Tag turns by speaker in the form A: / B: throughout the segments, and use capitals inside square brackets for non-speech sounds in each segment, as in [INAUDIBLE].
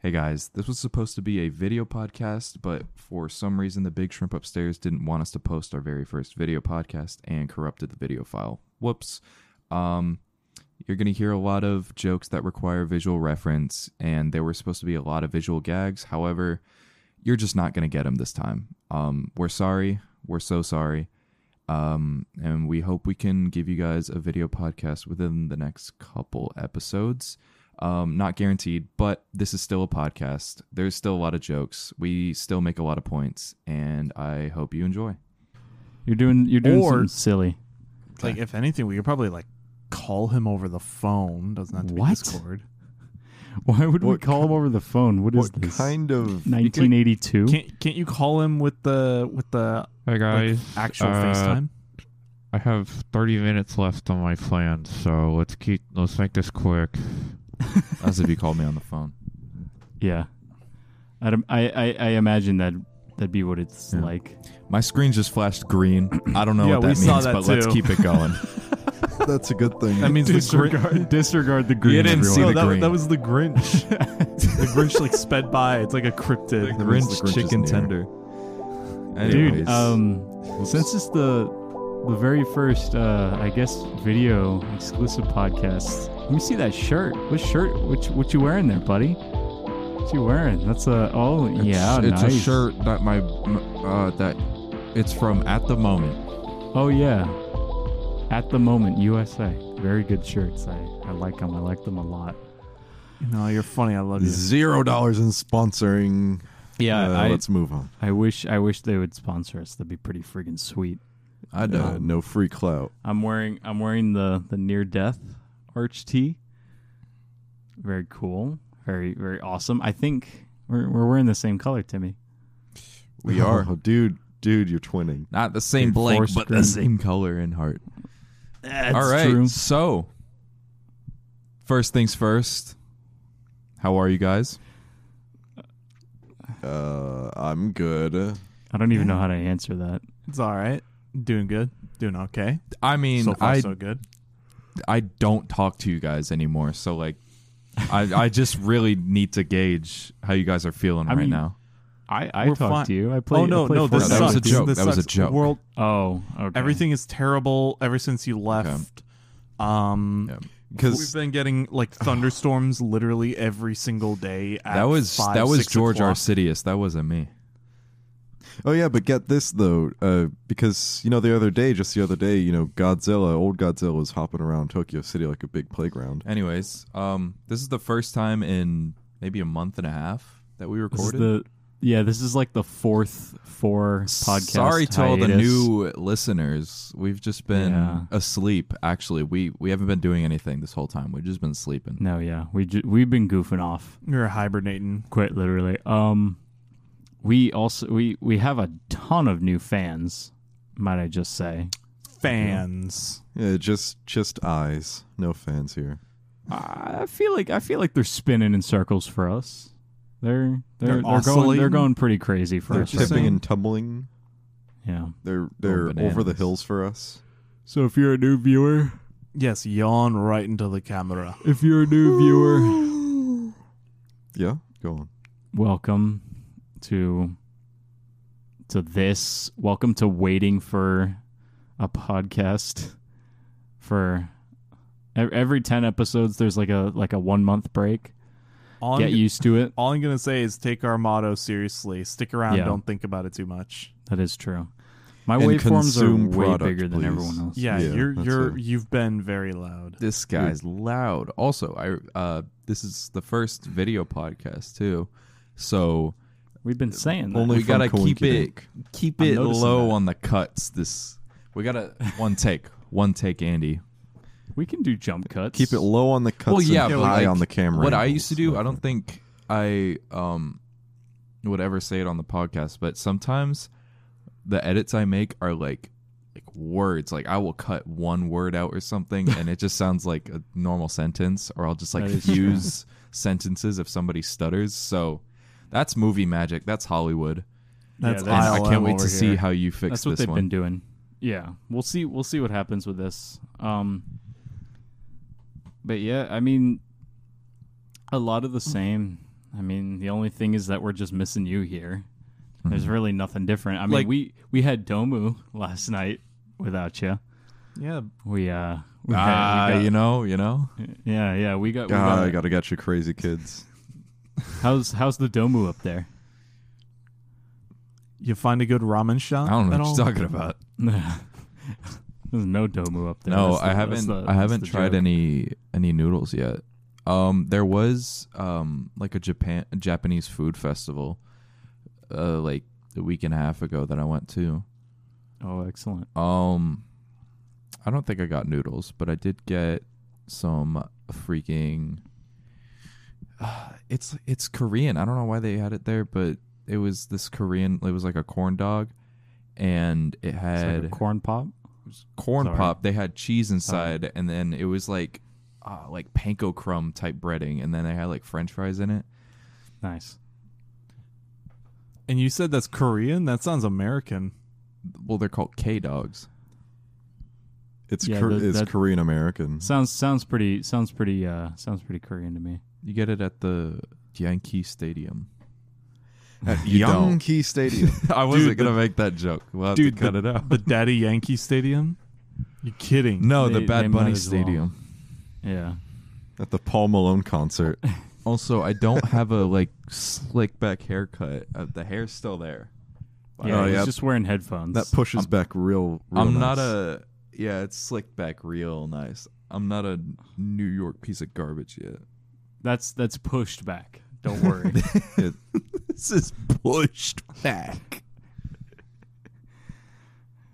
A: Hey guys, this was supposed to be a video podcast, but for some reason, the big shrimp upstairs didn't want us to post our very first video podcast and corrupted the video file. Whoops. Um, you're going to hear a lot of jokes that require visual reference, and there were supposed to be a lot of visual gags. However, you're just not going to get them this time. Um, we're sorry. We're so sorry. Um, and we hope we can give you guys a video podcast within the next couple episodes. Um, not guaranteed, but this is still a podcast. There's still a lot of jokes. We still make a lot of points, and I hope you enjoy.
B: You're doing you're doing
C: Or-
B: something silly.
C: Like if anything, we could probably like call him over the phone. Doesn't have to
B: What?
C: be Discord.
B: [LAUGHS] Why would we
D: What
B: call him over the phone? What is
D: What
B: this? [LAUGHS]
D: kind of
B: 1982.
C: Can't can't you call him with the with the
E: Hey
C: like,
E: guys,
C: actual
E: uh,
A: [LAUGHS]
C: FaceTime?
E: I have 30 minutes left on my plan, so let's keep let's make this quick.
A: As if you called me on the phone.
B: yeah, I'd, im- I, I I imagine that that'd be what it's
A: Yeah.
B: like.
A: My screen just flashed green. I don't know
C: Yeah,
A: what that
C: we
A: means,
C: saw that
A: but let's
C: too.
A: keep it going.
D: That's a good thing.
C: That means the
A: [LAUGHS]
C: Grinch.
B: disregard the green.
A: didn't see
C: No,
A: the
C: that,
A: green.
C: that was the
A: [LAUGHS]
C: Grinch. the Grinch like sped by. It's like a cryptid.
A: The
D: Grinch
A: Grinch chicken
D: is near.
A: tender.
B: dude.
A: Anyways,
B: Um, since it's the the very first, uh, I guess, video exclusive podcast. Let me see that shirt. What shirt? What you, what you wearing there, buddy? What you wearing? That's a oh
A: it's,
B: yeah,
A: it's
B: nice.
A: a shirt that my uh, that it's from at the moment.
B: Oh yeah. At the moment, USA. Very good shirts. I, I like them. I like them a lot.
C: No, you're funny. I love you.
D: zero dollars in sponsoring. Uh,
B: I,
D: let's move on.
B: I wish I wish they would sponsor us. That'd be pretty friggin' sweet.
D: I uh, no free clout.
B: I'm wearing I'm wearing the the near death arch tee. Very cool. Very very awesome. I think we're we're wearing the same color, Timmy.
A: We are
D: [LAUGHS] Oh, dude, dude, you're twinning.
A: not the same blank,
B: forced
A: but
B: green.
A: the same color and heart.
B: That's
A: All right. So, first things first. How are you guys?
D: Uh, I'm good.
B: I don't even know how to answer that.
C: It's all right. Doing good. Doing okay.
A: I mean,
C: so far,
A: I
C: so good.
A: I don't talk to you guys anymore, so like, I I just really need to gauge how you guys are feeling
B: I
A: right
B: mean,
A: now.
B: I I
C: We're
B: talked
C: fine.
B: to you. I played.
C: oh no,
B: I played
C: no, this
B: Fortnite.
A: That was
C: sucks.
A: a joke.
C: This
A: That was a
C: sucks.
A: joke.
C: World,
B: Oh, okay.
C: everything is terrible ever since you left. Um,
A: Yeah.
C: We've
D: Because
C: been getting
A: [SIGHS]
C: like thunderstorms literally every single day. At
A: That was
C: five,
A: that was
C: six
A: George
C: o'clock.
A: Arsidious. That wasn't me.
D: oh yeah, but get this though. Uh, because you know the other day, just the other day, you know Godzilla, old Godzilla was hopping around Tokyo City like a big playground.
A: Anyways, um, this is the first time in maybe a month and a half that we
B: This is
A: recorded.
B: the yeah. This is like the fourth four podcast.
A: Sorry to all the
B: hiatus.
A: new listeners. We've just been
B: Yeah.
A: asleep. Actually, we we haven't been doing anything this whole time. We've just been sleeping.
B: No, yeah, we ju- we've been goofing off
C: You're hibernating.
B: quite literally. Um, we also we we have a ton of new fans. Might I just say?
C: Fans.
D: Yeah, just just eyes. No fans here.
A: Ah,
B: I feel like I feel like they're spinning in circles for us. They're they're they're, going
C: They're
B: they're
C: oscillating.
B: going pretty crazy for
D: They're
B: us. right
D: tipping
B: now.
D: and tumbling.
B: yeah.
D: They're they're over
A: bananas.
D: the hills for us.
B: So if you're a new viewer,
C: Yes, yawn right into the camera.
B: if you're a new viewer,
D: Yeah, go on.
B: welcome to to this. Welcome to waiting for a podcast for ev- every 10 episodes there's like a like a 1 month break.
C: All
B: Get
C: I'm,
B: used to it.
C: all I'm gonna say is take our motto seriously. Stick around.
B: Yeah.
C: Don't think about it too much.
B: That is true. My
D: And
B: waveforms are
D: consume
B: way
D: product,
B: bigger than
D: please.
B: everyone else.
C: Yeah,
D: Yeah,
C: you're
D: that's
C: you're
D: a-
C: you've been very loud.
A: This guy's loud. Also, I uh, this is the first video podcast too, so
B: We've been saying that.
D: Only
A: we gotta
D: from
A: keep it
D: Coinkydink.
A: keep
B: I'm
A: it
B: noticing
A: low
B: that.
A: on the cuts. This we gotta one take, one take, Andy.
B: we can do jump cuts.
D: Keep it low on the cuts
A: well, yeah,
D: and
A: but
D: high
A: like,
D: on the camera.
A: What I
D: angles.
A: used to do, I
D: Okay.
A: don't think I um would ever say it on the podcast, but sometimes the edits I make are like like words. Like I will cut one word out or
B: [LAUGHS]
A: something, and it just sounds like a normal sentence, or I'll just like
B: That is true.
A: use sentences if somebody stutters. So that's movie magic. That's Hollywood.
C: That's
B: that's-
A: And I can't
C: ILM
A: wait
C: over
A: to see
C: here.
A: how you fix
B: That's what
A: this
B: they've
A: one.
B: been doing. Yeah, we'll see. We'll see what happens with this. Um, but yeah, I mean, a lot of the same. I mean, the only thing is that we're just missing you here. There's
A: Mhm.
B: really nothing different. I mean,
C: Like-
B: we we had Domu last night without you.
C: Yeah,
B: We uh, [LAUGHS] we had-
A: Ah,
B: we got-
A: you know, you know.
B: yeah, yeah, we got. We
D: God,
B: got
D: I gotta get you crazy kids.
B: how's how's the Domu up there? [LAUGHS]
C: you find a good ramen shop.
A: I don't know
C: at
A: what
C: all?
A: you're talking about.
B: There's no Domu up there.
A: No,
B: That's the-
A: I
B: that's
A: haven't.
B: the-
A: I
B: that's
A: haven't
B: the
A: tried
B: joke.
A: any any noodles yet. Um, there was um like a Japan Japanese food festival, uh, like a week and a half ago that I went to.
B: Oh, excellent.
A: Um, I don't think I got noodles, but I did get some freaking. [SIGHS] it's it's Korean. I don't know why they had it there, but it was this Korean. It was like a corn dog, and it
B: It's
A: had
B: like a corn pop.
A: corn
B: Sorry.
A: pop. They had cheese inside, and then it was like uh, like panko crumb type breading, and then they had like French fries in it.
B: Nice.
C: And you said that's Korean. That sounds American.
A: Well, they're called K dogs.
D: It's
B: Yeah,
D: Kor-
B: that-
D: it's
B: that-
D: Korean American.
B: Sounds sounds pretty sounds pretty uh sounds pretty Korean to me.
A: You get it at the Yankee Stadium. [LAUGHS]
D: At
A: You don't.
D: Yonkey Stadium.
A: [LAUGHS] I wasn't gonna make that joke. We'll have
C: Dude,
A: to cut it out. [LAUGHS]
C: The Daddy Yankee Stadium. You kidding?
A: No,
B: They-
A: the
B: they
A: Bad
B: might
A: Bunny
B: as well.
A: Stadium.
B: Yeah.
D: At the Paul Malone concert.
A: Also, I don't have a like slick back haircut. Uh, the hair's still there.
B: Yeah,
D: Oh,
B: he's
D: yeah.
B: just wearing headphones.
D: That pushes back real, real
A: I'm not
D: nice.
A: a yeah. It's slicked back real nice. I'm not a New York piece of garbage yet.
B: that's that's pushed back. Don't worry.
D: [LAUGHS]
A: This is pushed back.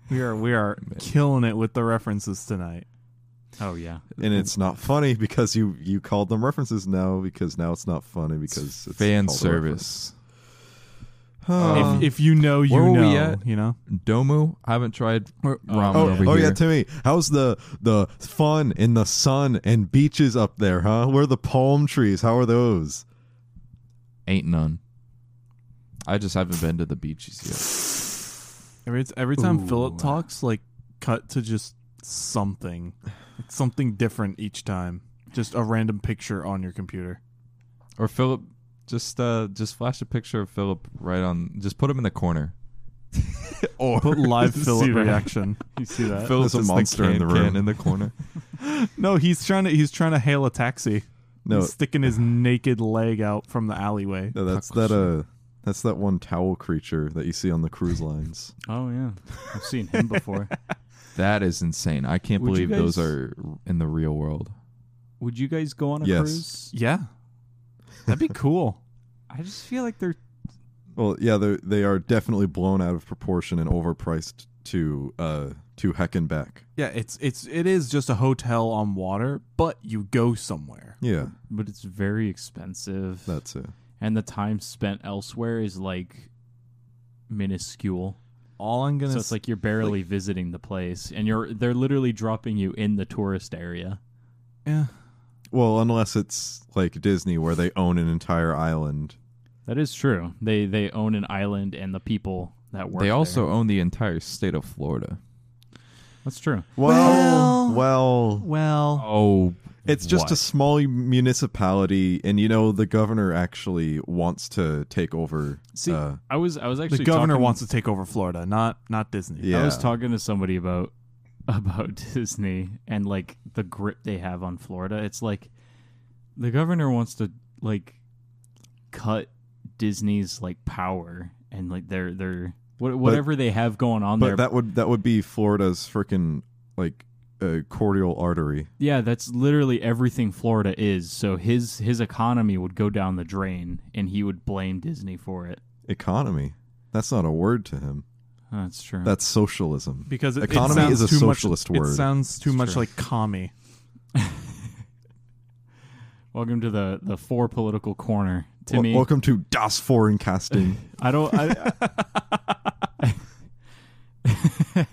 C: we are we are killing it with the references tonight.
B: oh yeah.
D: and it's not funny because you you called them references now because now it's not funny because it's
A: fan
D: called a
A: service.
D: reference.
A: Um,
C: if, if you know, you
A: where were
C: know.
A: we at?
C: You know.
A: Domu, I haven't tried ramen
D: Oh,
A: over
D: oh
A: here.
D: yeah, Timmy. How's the the fun in the sun and beaches up there, huh? Where are the palm trees? How are those?
A: Ain't none. I just haven't been to the beaches yet.
C: Every every time
B: Ooh.
C: Philip talks, like cut to just something, like something different each time. Just a random picture on your computer.
A: Or Philip, just uh, just flash a picture of Philip right on. Just put him in the corner.
C: Or put live
B: See
C: Philip
B: that?
C: reaction.
B: You see
C: Uh,
B: that?
A: Philip's
D: There's a
A: just
D: monster in
A: can-
D: the room.
A: can in the corner.
C: No, he's trying to he's trying to hail a taxi.
D: No,
C: He's sticking his naked leg out from the alleyway.
D: no, that's that uh, that's that one towel creature that you see on the cruise lines.
B: Oh yeah. I've seen him before.
A: [LAUGHS] That is insane. I can't
B: Would you
A: believe those
B: guys-
A: are in the real world.
B: Would you guys go on a
D: Yes.
B: cruise?
C: [LAUGHS] Yeah, that'd be cool.
B: I just feel like they're
D: [LAUGHS] Well, yeah, they they are definitely blown out of proportion and overpriced to uh to heck and back.
C: Yeah, it's it's it is just a hotel on water, but you go somewhere.
D: Yeah,
B: but it's very expensive.
D: that's it.
B: and the time spent elsewhere is like minuscule.
C: All I'm gonna
B: So it's like you're barely visiting the place and you're they're literally dropping you in the tourist area.
C: yeah.
D: Well, unless it's like Disney where they own an entire island.
B: That is true. They they own an island and the people that work
A: They
B: there.
A: also own the entire state of Florida.
B: That's true.
D: Well,
C: Well-
D: well,
C: Well,
A: Oh,
D: It's just a
A: What?
D: small municipality, and you know the governor actually wants to take over.
B: See,
D: uh,
B: I was I was actually
C: the governor
B: talking-
C: wants to take over Florida, not not Disney.
D: yeah,
B: I was talking to somebody about [LAUGHS] about Disney and like the grip they have on Florida. It's like the governor wants to like cut Disney's like power and like their their what, whatever they have going on there.
D: but that would that would be Florida's freaking like uh, cordial artery.
B: yeah, that's literally everything Florida is. So his his economy would go down the drain, and he would blame Disney for it.
D: Economy. That's not a word to him.
B: That's true.
D: That's socialism.
C: because it, it
D: Economy
C: sounds
D: is a
C: too much-
D: socialist
C: It
D: word.
C: sounds too
B: It's
C: much
B: true.
C: like commie. [LAUGHS]
B: Welcome to the the four political corner,
D: Wel-
B: Timmy.
D: welcome to Das Foreign Casting.
B: I don't. I, [LAUGHS] I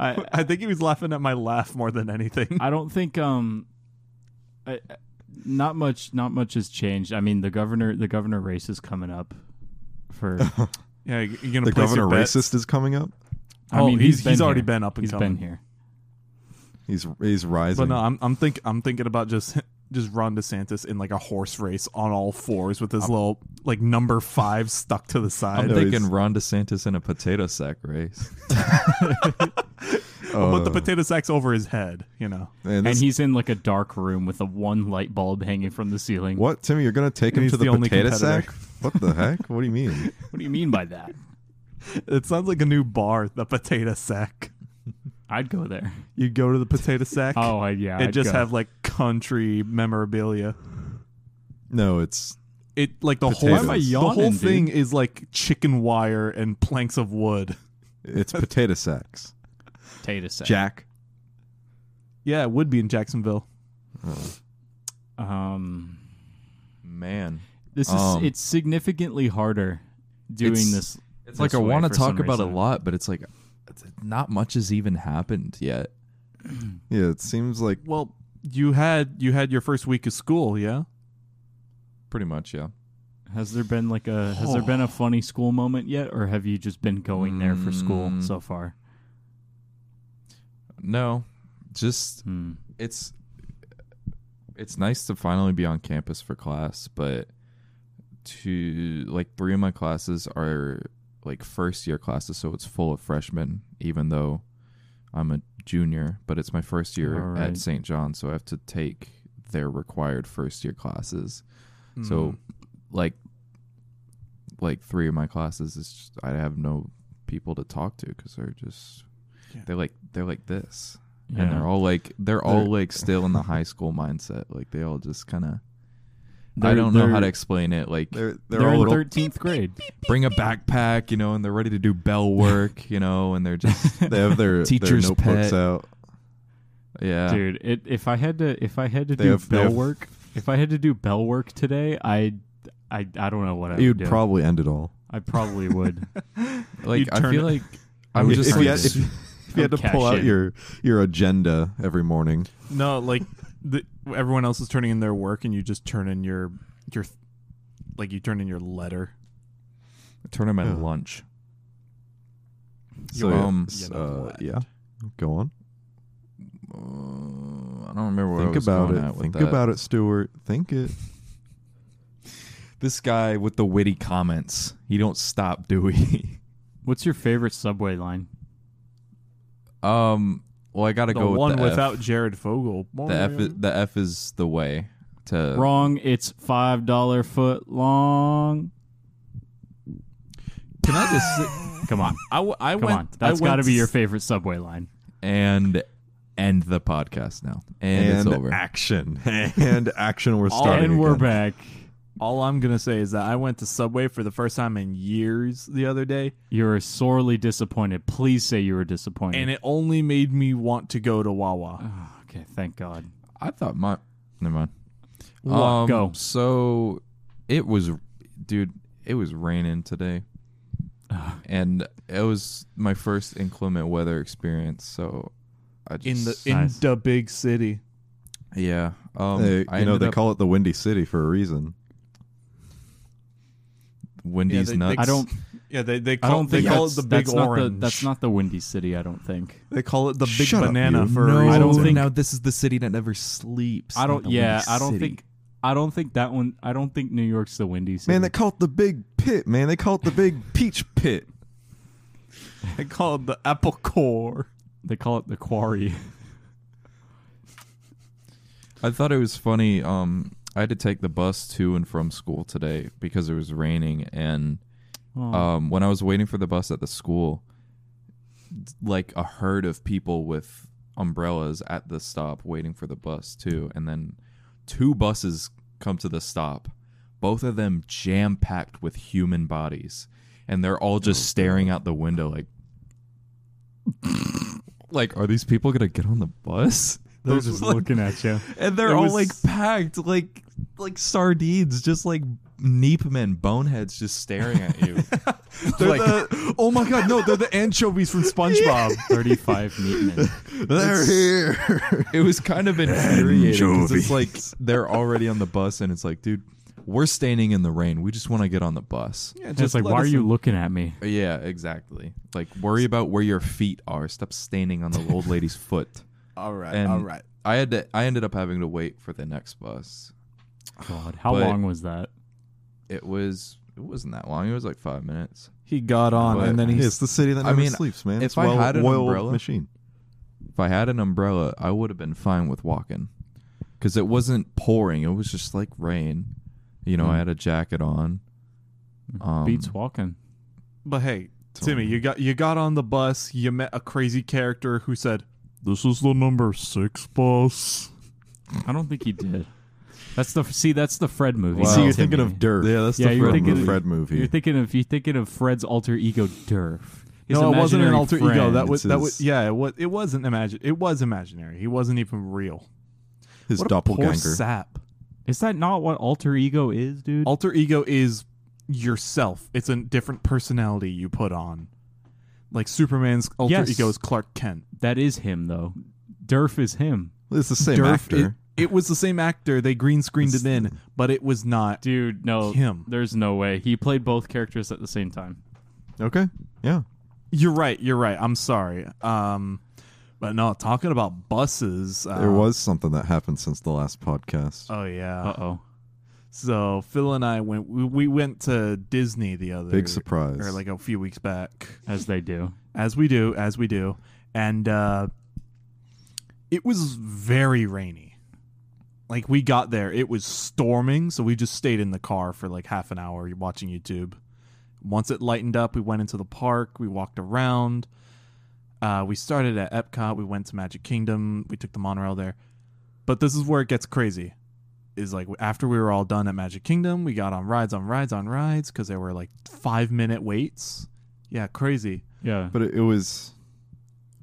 C: I think he was laughing at my laugh more than [LAUGHS] anything.
B: I don't think um, I, I- not much not much has changed. I mean the governor the governor race is coming up for.
C: Yeah, you- you're gonna
D: the
C: place
D: governor
C: your bet?
D: racist is coming up.
B: I
C: oh,
B: mean,
C: he's
B: been
C: he's already
B: here.
C: been up and
B: He's
C: coming.
B: been here.
D: He's he's
C: But
D: rising.
C: no, I'm I'm think I'm thinking about just [LAUGHS] just Ron DeSantis in like a horse race on all fours with his little like number five stuck to the
A: I'm
C: side.
D: know
A: thinking
D: he's-
A: Ron DeSantis in a potato sack race.
C: but the potato sack's over his head, you know.
D: Man,
B: and
D: this-
B: he's in like a dark room with a one light bulb hanging from the ceiling.
D: what Timmy? You're gonna take him
C: he's
D: to the,
C: the only
D: potato
C: competitor.
D: sack? What the heck? What do you mean?
B: What do you mean by that?
C: It sounds like a new bar, the potato sack.
B: I'd go there.
C: You go to the potato sack
B: Oh I- yeah,
C: and
B: I'd
C: just
B: go.
C: have like country memorabilia.
D: No, it's
C: It like the
D: Potatoes.
C: whole
D: Why am I
C: the whole
B: yawning, dude?
C: thing is like chicken wire and planks of wood.
D: it's potato sacks.
B: potato sack.
D: Jack.
C: Yeah, it would be in Jacksonville.
B: Um,
A: [LAUGHS] Man,
B: this is
A: Um,
B: it's significantly harder doing
A: It's-
B: this.
A: it's like I
B: this way
A: want to
B: for
A: talk
B: some
A: about it a
B: reason.
A: lot, but it's like it's- not much has even happened yet.
B: [CLEARS THROAT]
D: Yeah, it seems like
C: Well, you had you had your first week of school, yeah?
A: Pretty much, yeah.
B: Has there been like a has there been a funny school moment yet, or have you just been going there for school
A: Mm.
B: so far?
A: No, just
B: Hmm.
A: it's it's nice to finally be on campus for class, but to like three of my classes are like first year classes, so it's full of freshmen, even though I'm a junior, but it's my first year
B: All
A: at
B: right.
A: St. John, so I have to take their required first year classes. So like like three of my classes is just, I have no people to talk to cuz they're just
C: Yeah.
A: they're like they're like this
B: Yeah.
A: and they're all like they're all
D: They're-
A: like still
D: [LAUGHS]
A: in the high school mindset like they all just kind of I
B: They're-
A: don't know how to
B: they're-
A: explain it like
D: they're they're,
B: they're,
D: all
B: in
D: little,
B: thirteenth grade.
A: bring a backpack you know and they're ready to do
D: [LAUGHS]
A: bell work you know and they're just
D: they have their
A: Teacher's
D: their notebooks
A: pet.
D: out.
A: yeah
B: Dude, it, if I had to if I had to
D: They
B: do
D: have- they
B: bell
D: have-
B: work, if I had to do bell work today, I I I don't know what I
D: You'd
B: would do.
D: probably end it all.
B: I probably would.
A: like
C: You'd
A: I
C: turn
A: feel
C: it-
A: like I would
D: If-
A: just
D: if,
A: like,
D: you had, if, if you had to
B: I'd cash
D: pull out
B: in.
D: your your agenda every morning.
A: Hmm.
C: No, like the, everyone else is turning in their work, and you just turn in your your like you turn in your letter.
A: turn them at
D: Yeah.
A: lunch
D: So,
A: Um,
D: yeah, s-
C: you know
D: uh,
C: what.
D: yeah, go on.
A: uh, I don't remember where I
D: Think
A: was
D: about
A: going at
D: it.
A: with
D: Think
A: that.
D: about it, Stuart. Think it.
A: this guy with the witty comments. He don't stop, do we?
B: What's your favorite subway line?
A: [LAUGHS] um. Well, I gotta
C: The
A: go
C: one
A: with the
C: without
A: F.
C: Jared Fogle.
A: The F, is, the F is the way to.
B: Wrong. It's five dollar foot long.
A: Can I just say-
B: Come on,
C: I, w- I
B: come
C: went.
B: on. That's
C: I went
B: got to be
C: s-
B: your favorite subway line.
A: and end the podcast now? And,
D: and
A: it's over.
D: action [LAUGHS] and action we're starting
B: and we're
D: again.
B: back.
C: All I'm gonna say is that I went to Subway for the first time in years the other day,
B: You were sorely disappointed. Please say you were disappointed.
C: and it only made me want to go to Wawa.
B: Oh, okay, thank God.
A: I thought my. Never mind.
B: What?
A: Um,
B: Go.
A: So it was, dude. It was raining today, and it was my first inclement weather experience. So I
C: In
A: just
C: the in
B: Nice.
C: the big city,
A: yeah. Um,
D: They-
A: I
D: you know
A: ended
D: they
A: up
D: call it the windy city for a reason
A: Wendy's
C: Yeah, they-
A: nuts.
B: I don't.
C: yeah, they they
B: I
C: call,
B: don't
C: they
B: think
C: call it
B: that's-
C: the big
B: that's not
C: orange.
B: The, that's not the Windy City. I don't think.
C: they call it the big
D: Shut up,
C: banana
D: you.
C: for a
D: No,
C: reason.
B: I don't think-
A: now this is the city that never sleeps.
B: I
A: not
B: don't.
A: the
B: Yeah,
A: Windy
B: I don't
A: City.
B: think. I don't think that one. I don't think New York's the Windy City.
D: man they call it the big pit man they call it the big peach
A: [LAUGHS]
D: pit
C: they call it the apple [LAUGHS] core.
B: they call it the Quarry.
A: I thought it was funny. Um, I had to take the bus to and from school today because it was raining, and
B: Oh,
C: Uh-huh.
A: um, when I was waiting for the bus at the school, d- like a herd of people with umbrellas at the stop waiting for the bus too, and then two buses come to the stop, both of them jam packed with human bodies, and they're all
C: Oh,
A: just staring out the window like. Like, are these people gonna get on the bus?
B: they're
A: Those
B: just
A: like-
B: looking at you.
A: and they're
C: It
A: all
C: was-
A: like packed like like sardines just like neep men boneheads just staring at you
C: [LAUGHS] They're
A: Like-
C: the, oh my god, no, they're the anchovies from SpongeBob.
B: Thirty-five Neatman.
A: [LAUGHS]
D: they're here
A: it was kind of infuriating 'cause it's like they're already on the bus and it's like dude we're standing in the rain we just want to get on the bus
C: Yeah,
B: Just like,
C: let
B: why are
C: us
B: you
C: in.
B: looking at me?
A: yeah exactly [LAUGHS] like worry about where your feet are stop standing on the old lady's foot
C: All right,
A: and
C: all right.
A: I had to, I ended up having to wait for the next bus.
B: God, how
A: But-
B: long was that?
A: It was it wasn't that long. It was like five minutes.
C: He got on
A: But-
C: and then he's
D: it's the city that
A: I
D: never
A: mean,
D: sleeps, man.
A: if
D: it's
A: I
D: well
A: had an
D: oiled
A: umbrella-
D: machine.
A: If I had an umbrella, I would have been fine with walking because it wasn't pouring. It was just like rain. You know, I had a jacket on. Um,
B: Beats walking.
C: But hey, Timmy, you got you got on the bus. You met a crazy character who said, "This is the number six bus."
B: I don't think he did. That's the see. That's the Fred movie.
D: So
B: not
D: you're
B: Timmy.
D: thinking of Durf. Yeah, that's
B: the Yeah,
D: the
B: you're Fred
D: Fred,
B: thinking- movie.
D: movie.
B: You're thinking of you're thinking of Fred's alter ego Durf. His
C: no, it wasn't an
B: imaginary
C: alter ego.
B: friend.
C: That was
D: It's
C: that
D: his-
C: was yeah. It was it wasn't imagine. It was imaginary. He wasn't even real.
D: His
C: What a poor
D: doppelganger.
C: sap.
B: Is that not what alter ego is, dude?
C: Alter ego is yourself. It's a different personality you put on. Like Superman's alter
B: Yes.
C: ego is Clark Kent.
B: that is him though. Durf is him,
D: it's the same
C: Durf,
D: actor.
C: It, it was the same actor. They green screened it in, but it was not
B: dude. No,
C: him.
B: there's no way he played both characters at the same time.
D: okay. Yeah.
C: You're right. You're right. I'm sorry. Um, but no, talking about buses. Uh,
D: There was something that happened since the last podcast.
C: Oh yeah.
B: Uh oh.
C: So Phil and I went. We, we went to Disney the other
D: Big surprise.
C: or like a few weeks back,
B: As they do.
C: as we do, as we do, and uh, it was very rainy. Like we got there, it was storming, so we just stayed in the car for like half an hour watching YouTube. Once it lightened up, we went into the park. We walked around. Uh, we started at Epcot. We went to Magic Kingdom. We took the monorail there. But this is where it gets crazy. Is like after we were all done at Magic Kingdom, we got on rides, on rides, on rides because there were like five minute waits. Yeah, crazy.
B: Yeah.
D: but it, it was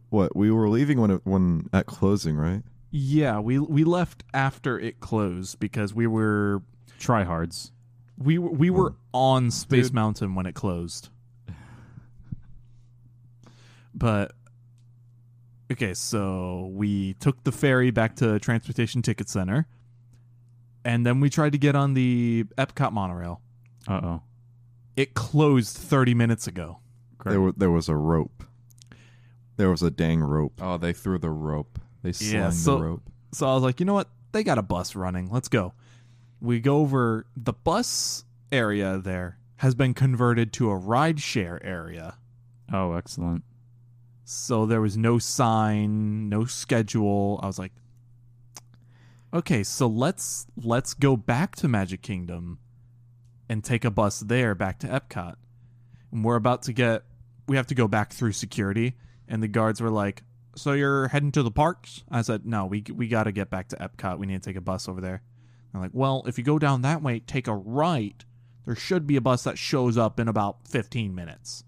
D: what we were leaving when it, when at closing, right?
C: Yeah, we we left after it closed because we were
B: Tryhards.
C: we were, we were on Space Mountain when it closed. But okay, so we took the ferry back to Transportation Ticket Center, and then we tried to get on the Epcot monorail.
B: Uh oh.
C: It closed thirty minutes ago.
B: Correct.
D: There wa- there was a rope. There was a dang rope.
A: Oh, they threw the rope. They slung
C: so-
A: the rope.
C: So I was like, you know what? They got a bus running. Let's go. We go over the bus area there has been converted to a rideshare area.
B: Oh, excellent.
C: So there was no sign, no schedule. I was like, okay, so let's let's go back to Magic Kingdom and take a bus there back to Epcot. And we're about to get we have to go back through security and the guards were like, "So you're heading to the parks?" I said, "No, we we got to get back to Epcot. We need to take a bus over there." They're like, "Well, if you go down that way, take a right. There should be a bus that shows up in about 15 minutes."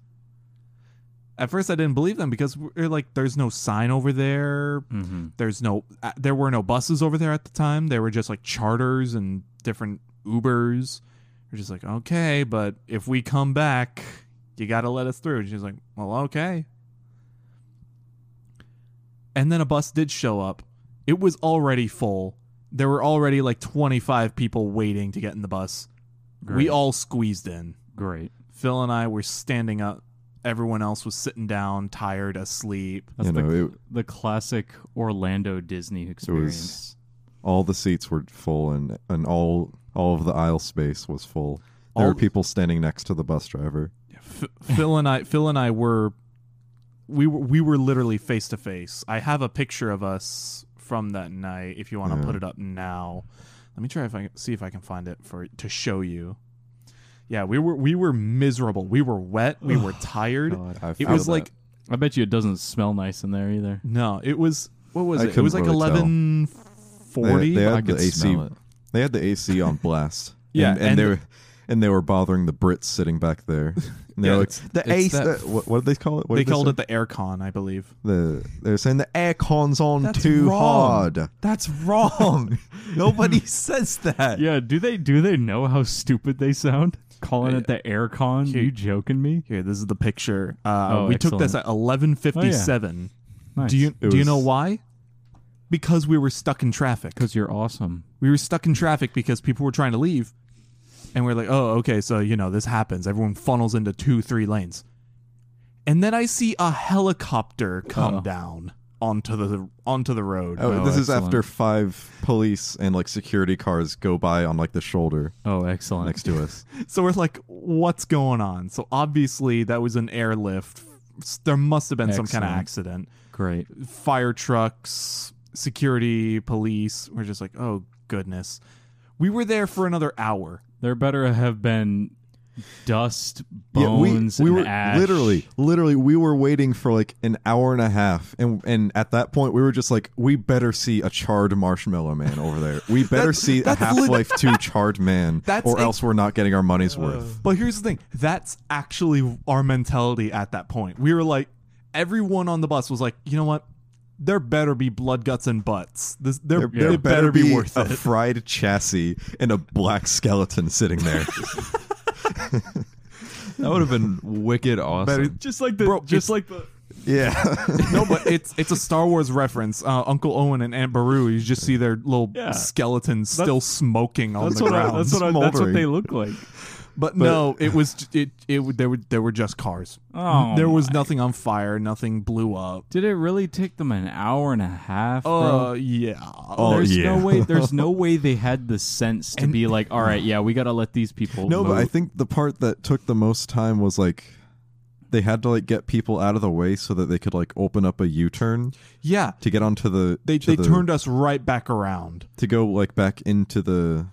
C: at first I didn't believe them because we're like, there's no sign over there.
B: Mm-hmm.
C: There's no, uh, there were no buses over there at the time. They were just like charters and different Ubers. We're just like, okay, but if we come back, you got to let us through. And she's like, well, okay. And then a bus did show up. It was already full. There were already like 25 people waiting to get in the bus. We
B: Great.
C: all squeezed in.
B: Great.
C: Phil and I were standing up. Everyone else was sitting down, tired, asleep.
B: That's
D: you
B: the,
D: know, it,
B: the classic Orlando Disney experience.
D: all the seats were full and and all all of the aisle space was full. There
C: All-
D: were people standing next to the bus driver.
C: F- Phil and I, Phil and I were, we were, we were literally face to face. I have a picture of us from that night. If you want to
D: Yeah.
C: put it up now, let me try if I can- see if I can find it for to show you. Yeah, we were we were miserable. We were wet. We
D: [SIGHS]
C: were tired.
B: God.
D: I
C: it
D: feel
C: was
D: that.
C: like
B: I bet you it doesn't smell nice in there either.
C: no. It was what was
D: I
C: it? It was
D: couldn't
C: like
D: really tell.
C: eleven forty.
D: They
A: I
D: had
A: could
D: the AC
A: smell it.
D: they had the
C: [LAUGHS]
D: AC on blast.
C: Yeah,
D: and, and,
C: and
D: they
C: the-
D: were and they were bothering the Brits sitting back
C: [LAUGHS]
D: there. And they're
C: Yeah,
D: like
A: it's-
D: the
A: it's
D: AC.
A: that-
D: uh, what, what did they call it? What
C: They
D: did
C: called
D: say?
C: it the aircon, I believe.
D: the they're saying the aircon's on
C: That's
D: too
C: wrong.
D: hard.
C: That's wrong.
D: [LAUGHS] Nobody says that.
B: [LAUGHS] Yeah, do they do they know how stupid they sound? Calling it the aircon? You joking me?
C: Here, this is the picture. Uh,
B: Oh,
C: we took this at eleven fifty seven. Do you
D: Oh, It
C: do you
D: was-
C: know why? Because we were stuck in traffic.
B: Because you're awesome.
C: We were stuck in traffic because people were trying to leave, and we're like, oh, okay, so you know this happens. Everyone funnels into two, three lanes, and then I see a helicopter come
B: Uh-oh.
C: down onto the onto the road.
D: Oh,
B: Oh,
D: this is
B: excellent.
D: after five police and like security cars go by on like the shoulder
B: Oh, excellent.
D: next to
B: [LAUGHS]
D: us.
C: [LAUGHS] So we're like, what's going on? So obviously that was an airlift. S- There must have been some kind of
B: Excellent.
C: accident.
B: Great.
C: Fire trucks, security, police. We're just like, oh goodness. We were there for another hour.
B: There better have been dust,
D: Yeah, we,
B: bones,
D: we
B: and
D: were
B: ash.
D: literally, literally, we were waiting for like an hour and a half, and and at that point, we were just like, we better see a charred marshmallow man over there.
C: [LAUGHS]
D: We better see a
C: that's lit-
D: Half Life Two charred man,
C: [LAUGHS] That's
D: or
C: ex-
D: else we're not getting our
B: Oh.
D: money's worth.
C: But here's the thing that's actually our mentality at that point. We were like, everyone on the bus was like, you know what? There better be blood, guts, and butts. This, there,
D: There,
C: there,
D: there
C: better, be, worth
D: a
C: it.
D: fried chassis and a black skeleton sitting [LAUGHS] there.
A: That would have been wicked awesome.
B: just like the
C: Bro, it's-
B: just like the
D: yeah,
C: [LAUGHS]
D: [LAUGHS]
C: no, but it's it's a Star Wars reference. Uh, Uncle Owen and Aunt Beru. You just see their little
B: Yeah.
C: skeletons still smoking on
B: that's
C: the
B: what, I,
C: ground.
B: that's, what I, that's what
D: smoldering.
B: they look
D: [LAUGHS]
B: like.
C: but, no, it was j- it it w- there were there were just cars.
B: Oh,
C: there was nothing on fire. Nothing blew up.
B: Did it really take them an hour and a half?
A: Oh,
C: Uh,
B: bro?
C: yeah.
B: there's
D: oh, yeah.
B: no way.
D: [LAUGHS]
B: There's no way they had the sense to be like, all right, yeah, we gotta let these people.
D: No, but I
B: move."
D: think the part that took the most time was like they had to like get people out of the way so that they could like open up a U-turn
C: yeah.
D: to get onto the
C: They
D: to
C: they
D: the-
C: turned us right back around.
D: to go like back into the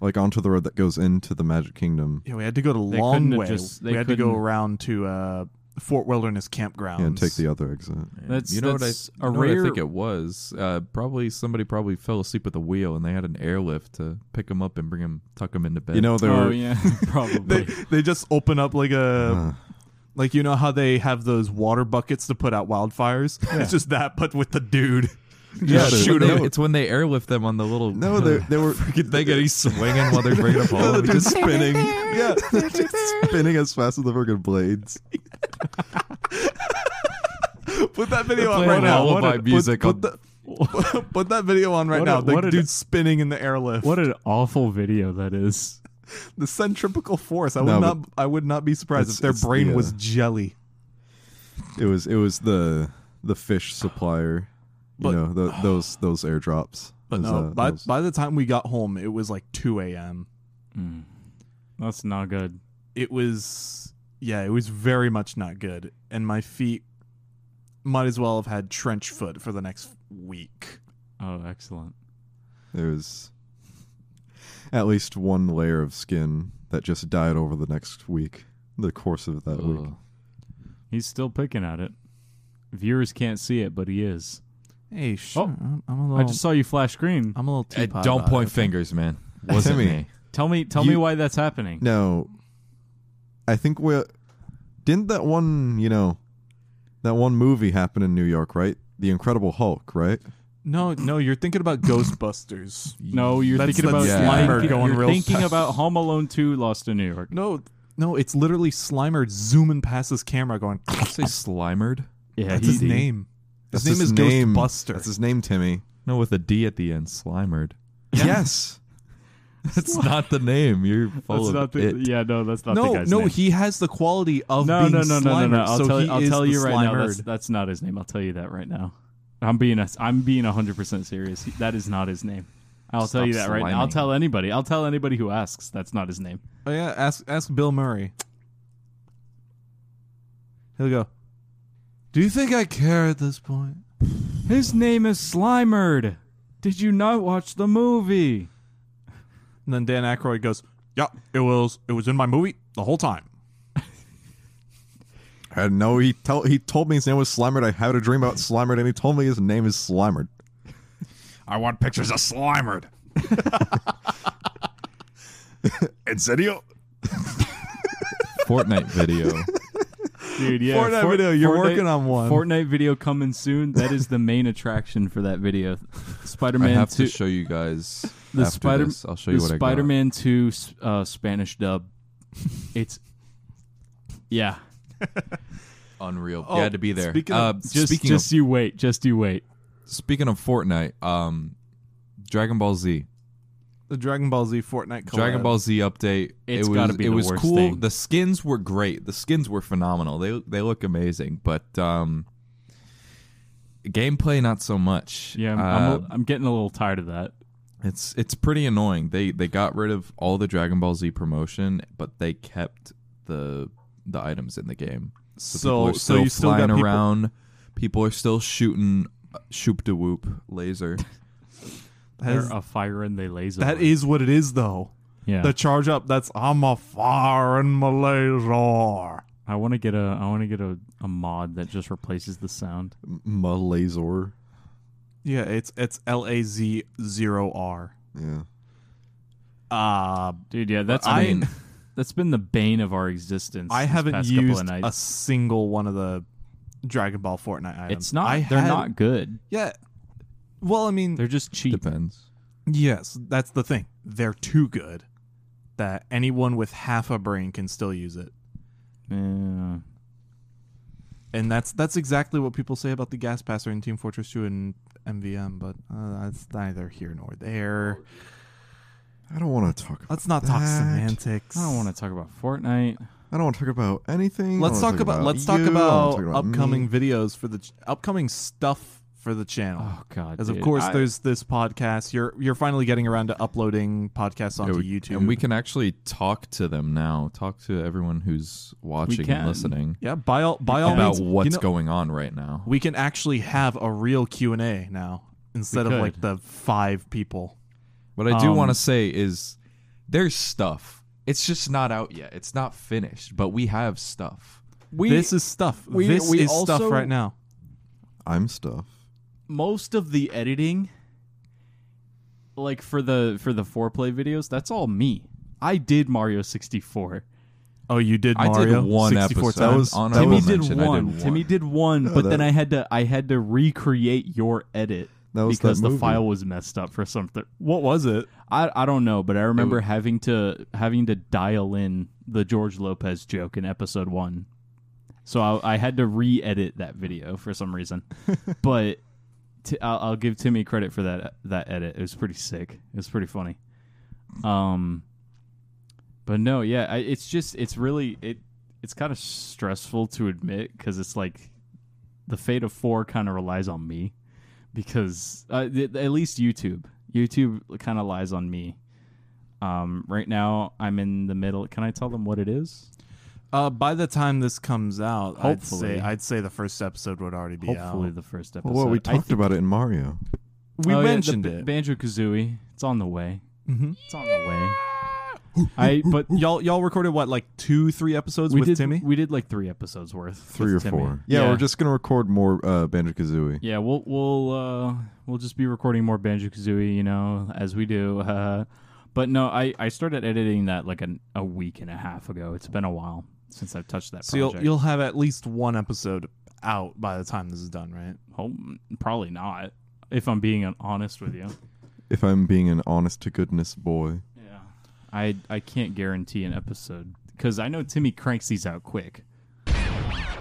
D: like onto the road that goes into the Magic Kingdom
C: Yeah, we had to go to
B: They
C: long
B: couldn't have
C: way.
B: just-
C: we
B: they
C: had to go
B: couldn't-
C: around to uh, Fort Wilderness Campgrounds
D: and take the other exit.
B: That's-
A: you know
B: that's
A: what I,
B: a
A: you know what I
B: rare-
A: think it was. Uh, probably somebody probably fell asleep at the wheel, and they had an airlift to pick him up and bring him, tuck him into bed. [LAUGHS]
D: You know there
B: Oh
D: were
B: yeah, [LAUGHS] probably.
C: They [LAUGHS] they just open up like a
D: uh,
C: Like you know how they have those water buckets to put out wildfires? It's just that, but with
B: [LAUGHS]
C: the dude.
A: yeah,
D: Just
A: it's
D: shoot
A: when they-
D: him.
A: It's when they airlift them on the little.
D: no there
A: [LAUGHS]
D: there were
A: they get
D: [LAUGHS]
A: he's swinging while they're bringing him [LAUGHS] home.
D: the
A: He
D: dude's
A: just-
D: spinning. yeah, [LAUGHS] they're just spinning as fast as the freaking blades.
C: Put that video
A: They're
C: on
A: playing
C: right now.
A: lullaby
C: What a-
A: music
C: Put,
A: on-
C: put the- [LAUGHS] put that video on right
B: What a-
C: now. the
B: what a-
C: dude spinning in the airlift.
B: what an awful video that is.
C: the centripetal force. I would
D: No, but-
C: not. I would not be surprised
D: It's-
C: if their
D: it's
C: brain
D: the, uh,
C: was jelly.
D: It was it was the the fish supplier. You
C: But-
D: know,
C: [SIGHS]
D: tho- those those airdrops.
C: But
D: Those,
C: no,
D: uh,
C: by,
D: those-
C: by the time we got home, it was like two a.m.
B: Mm. That's not good.
C: It was yeah, it was very much not good, and my feet might as well have had trench foot for the next week.
B: Oh, excellent.
D: There was at least one layer of skin that just died over the next week, the course of that week.
A: Ugh.
B: He's still picking at it. Viewers can't see it, but he is.
C: Hey, sure.
B: Oh,
C: I'm, I'm a little.
B: I just saw you flash green.
C: I'm a little
A: Hey,
C: too.
A: don't point fingers, man. Wasn't
D: Timmy.
A: me.
B: Tell me, tell me
D: You-
B: why that's happening.
D: Now, I think we didn't that one, you know, that one movie happen in New York, right? The Incredible Hulk, right?
C: No, no, you're thinking about
D: [LAUGHS]
C: Ghostbusters.
B: No, you're
C: That's-
B: thinking about
A: that's
C: Slimer
B: you're
C: going
B: you're
C: real
B: thinking
C: fast.
B: about Home Alone 2 Lost in New York.
C: No, no, it's literally Slimer zooming past his camera,
D: [LAUGHS]
C: going.
B: [LAUGHS]
A: Say Slimered.
B: Yeah,
C: That's
B: he-
C: his name. His
D: That's
C: name is
D: his name.
C: Ghostbuster.
D: That's his name, Timmy.
A: No, with a D at the end. Slimered.
D: Yes.
A: [LAUGHS] That's not the name. You're full
B: That's
A: of
B: not the,
A: it.
B: yeah, no, that's not
C: no,
B: the guy's
C: no,
B: name.
C: he has the quality of
B: no,
C: being
B: no, no, no, no,
C: Slimer.
B: no. I'll
C: so
B: tell,
C: he
B: I'll
C: is
B: tell you
C: the
B: right now. That's,
C: Slimered.
B: that's not his name. I'll tell you that right now. I'm being a, I'm being 100% serious. He- That is not his name. I'll tell
A: Stop
B: you that right now. I'll
A: sliming.
B: tell anybody. I'll tell anybody who asks. That's not his name.
C: Oh yeah, ask ask Bill Murray. He'll go. Do you think I care at this point?
B: His name is Slimered. Did you not watch the movie?
C: And then Dan Aykroyd goes, "Yeah, it was it was in my movie the whole time."
D: I know he told he told me his name was Slimer. I had a dream about Slimer, and he told me his name is Slimer.
E: I want pictures of Slimered.
D: Incendio.
A: Fortnite video.
B: [LAUGHS] Dude, yeah.
C: Fortnite
B: Fort-
C: video, you're
B: Fortnite-
C: working on one.
B: Fortnite video coming soon. That is the main attraction for that video.
A: I
B: Spider-Man
A: have
B: 2
A: to show you guys
B: the
A: after
B: Spider
A: this. I'll show
B: the
A: you what I got.
B: Spider-Man 2 uh, Spanish dub. It's Yeah.
A: Unreal.
C: Oh,
A: you had to be there.
C: speaking
A: uh,
C: of-
B: Just
A: speaking
B: just
A: of
B: you wait. Just you wait.
A: speaking of Fortnite, um, Dragon Ball Z,
C: The Dragon Ball Z Fortnite. Collab.
A: Dragon Ball Z update.
B: It's
A: it was
B: gotta be
A: it
B: the
A: was
B: worst
A: cool.
B: thing.
A: The skins were great. The skins were phenomenal. They they look amazing. But um, Gameplay, not so much.
B: Yeah, I'm,
A: Uh,
B: I'm, I'm getting a little tired of that.
A: It's it's pretty annoying. They they got rid of all the Dragon Ball Z promotion, but they kept the the items in the game. people
C: So
A: are
C: so you still got
A: flying
C: people.
A: around. People are still shooting uh, shoop de whoop laser.
C: That is,
B: They're a fire and they laser.
C: that is what it is though.
B: yeah.
C: The charge up. That's I'm a fire in Malaysia.
B: I want to get a I want to get a, a mod that just replaces the sound.
D: Malazor.
C: Yeah, it's it's L A Z zero R.
D: Yeah.
C: Uh,
B: Dude, yeah, [LAUGHS] that's
C: I-
B: been, that's been the bane of our existence.
C: I
B: these
C: haven't
B: past couple of
C: used
B: nights.
C: a single one of the Dragon Ball Fortnite items.
B: It's not.
C: I
B: they're
C: had-
B: not good.
C: Yeah. Well, I mean,
B: They're just cheap.
A: Depends.
C: yes, that's the thing. They're too good that anyone with half a brain can still use it.
B: Yeah.
C: and that's that's exactly what people say about the gas passer in Team Fortress 2 and MVM, but uh, that's neither here nor there.
D: I don't want to talk. About,
C: Let's not talk
D: That-
C: semantics.
B: I don't want to talk about Fortnite.
C: Oh,
D: I don't want to talk about anything. I
C: Let's
D: don't wanna
C: talk about, let's talk
D: you, I don't wanna
C: about,
D: talk me.
C: upcoming videos for the ch- upcoming stuff for the channel.
B: Oh God.
C: Because of
B: dude.
C: course
B: I-
C: there's this podcast. You're you're finally getting around to uploading podcasts
A: Yeah,
C: onto
A: we-
C: YouTube.
A: and we can actually talk to them now. Talk to everyone who's watching
B: can.
A: and listening
C: yeah, by all by all
A: about
C: means,
A: what's
C: you know,
A: going on right now.
C: we can actually have a real Q and A now instead of
B: could.
C: like the five people.
A: What I do
B: Um,
A: want to say is there's stuff. It's just not out yet. It's not finished, but we have stuff.
B: we,
C: this is stuff.
B: we-
C: this
B: we
C: is
B: also-
C: stuff right now.
D: I'm stuff.
B: most of the editing like for the for the foreplay videos that's all me i did mario 64
C: Oh, you did
A: I
C: Mario
A: did one
C: 64
A: episode.
C: times?
D: was-
A: honorable
B: timmy
D: was
B: did,
A: mention, I
B: one. timmy did one but
D: that-
B: then i had to i had to recreate your edit
D: That was
B: because
D: that
B: the
D: movie.
B: file was messed up for something
C: What was it?
B: i i don't know but i remember having to having to dial in the george lopez joke in episode one so i, I had to re-edit that video for some reason but t- I'll, I'll give Timmy credit for that that edit. It was pretty sick. It was pretty funny. Um, but no, yeah, I, it's just it's really it it's kind of stressful to admit because it's like the fate of four kind of relies on me because uh, th- at least YouTube YouTube kind of lies on me. Um, right now I'm in the middle. Can I tell them what it is?
C: Uh, by the time this comes out, I'd
B: Hopefully.
C: say I'd say the first episode would already be
B: Hopefully,
C: out.
B: the first
D: Well,
B: episode.
D: what we
B: I
D: talked
B: think-
D: about it in Mario.
C: We
B: Oh, yeah, the
C: mentioned
B: B-
C: it.
B: Banjo Kazooie. It's on the way.
C: Mhm.
B: It's on the way.
C: [GASPS]
B: I but
C: Y'all y'all recorded what like two three episodes
B: we
C: with
B: did
C: Timmy.
B: we did like three episodes worth.
D: Three or
B: with Timmy.
D: four. Yeah, we're just gonna record more uh, Banjo Kazooie.
B: yeah. We'll we'll uh, we'll just be recording more Banjo Kazooie, you know, as we do. [LAUGHS] Uh, but no, I I started editing that like an, a week and a half ago. It's been a while since I've touched that.
C: so you'll
B: project.
C: you'll have at least one episode out by the time this is done, right?
B: Oh, probably not. If I'm being honest with you,
D: If I'm being an honest to goodness boy,
B: yeah. I I can't guarantee an episode because I know Timmy cranks these out quick.
A: I'm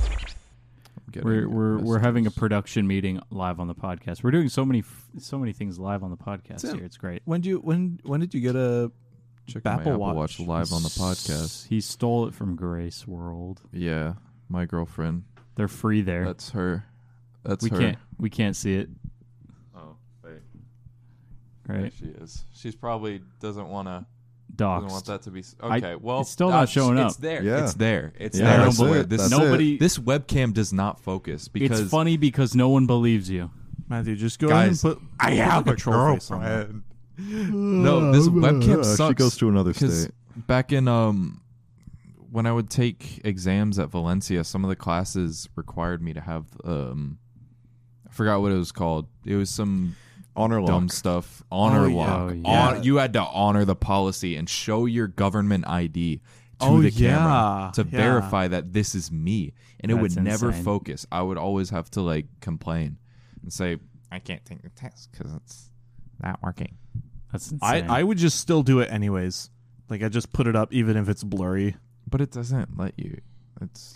A: getting
B: We're we're we're
A: messages.
B: having a production meeting live on the podcast. We're doing so many f- so many things live on the podcast
C: Tim,
B: here. It's great.
C: When do you when when did you get a?
A: Check
C: Apple
A: my Apple Watch
C: Watch.
A: live on the podcast.
B: He stole it from Grace World.
A: Yeah, my girlfriend.
B: They're free there.
A: That's her. That's
B: we
A: her.
B: can't we can't see it.
A: Oh, wait.
B: Right,
A: She is. She's probably doesn't want to. Doesn't want
B: doxed.
A: that to be. s-
B: I-
A: Okay. well,
B: it's still not
A: uh, sh-
B: showing
A: It's
B: up.
A: there.
D: Yeah.
A: It's there. It's
D: Yeah,
A: there.
D: that's
A: Don't worry.
D: it.
A: This
D: That's
B: Nobody.
A: this webcam does not focus because
B: It's funny because no one believes you.
C: Matthew, just go
A: Guys,
C: ahead and put. I have a troll face on that.
A: No, this webcam
D: Uh, She
A: sucks
D: goes to another
A: because
D: state.
A: back in um when I would take exams at Valencia, some of the classes required me to have um I forgot what it was called. It was some
D: Honor
A: dumb
D: lock.
A: stuff. Honor
C: Oh, yeah.
A: lock.
B: Oh, yeah.
A: Hon- you had to honor the policy and show your government ID to
C: Oh,
A: the
C: yeah.
A: camera to
C: Yeah.
A: verify that this is me. And it would
B: That's
A: never
B: insane.
A: focus. I would always have to like complain and say I can't take the test because it's not working.
B: That's insane.
C: I I would just still do it anyways. Like I just put it up even if it's blurry.
A: But it doesn't let you. It's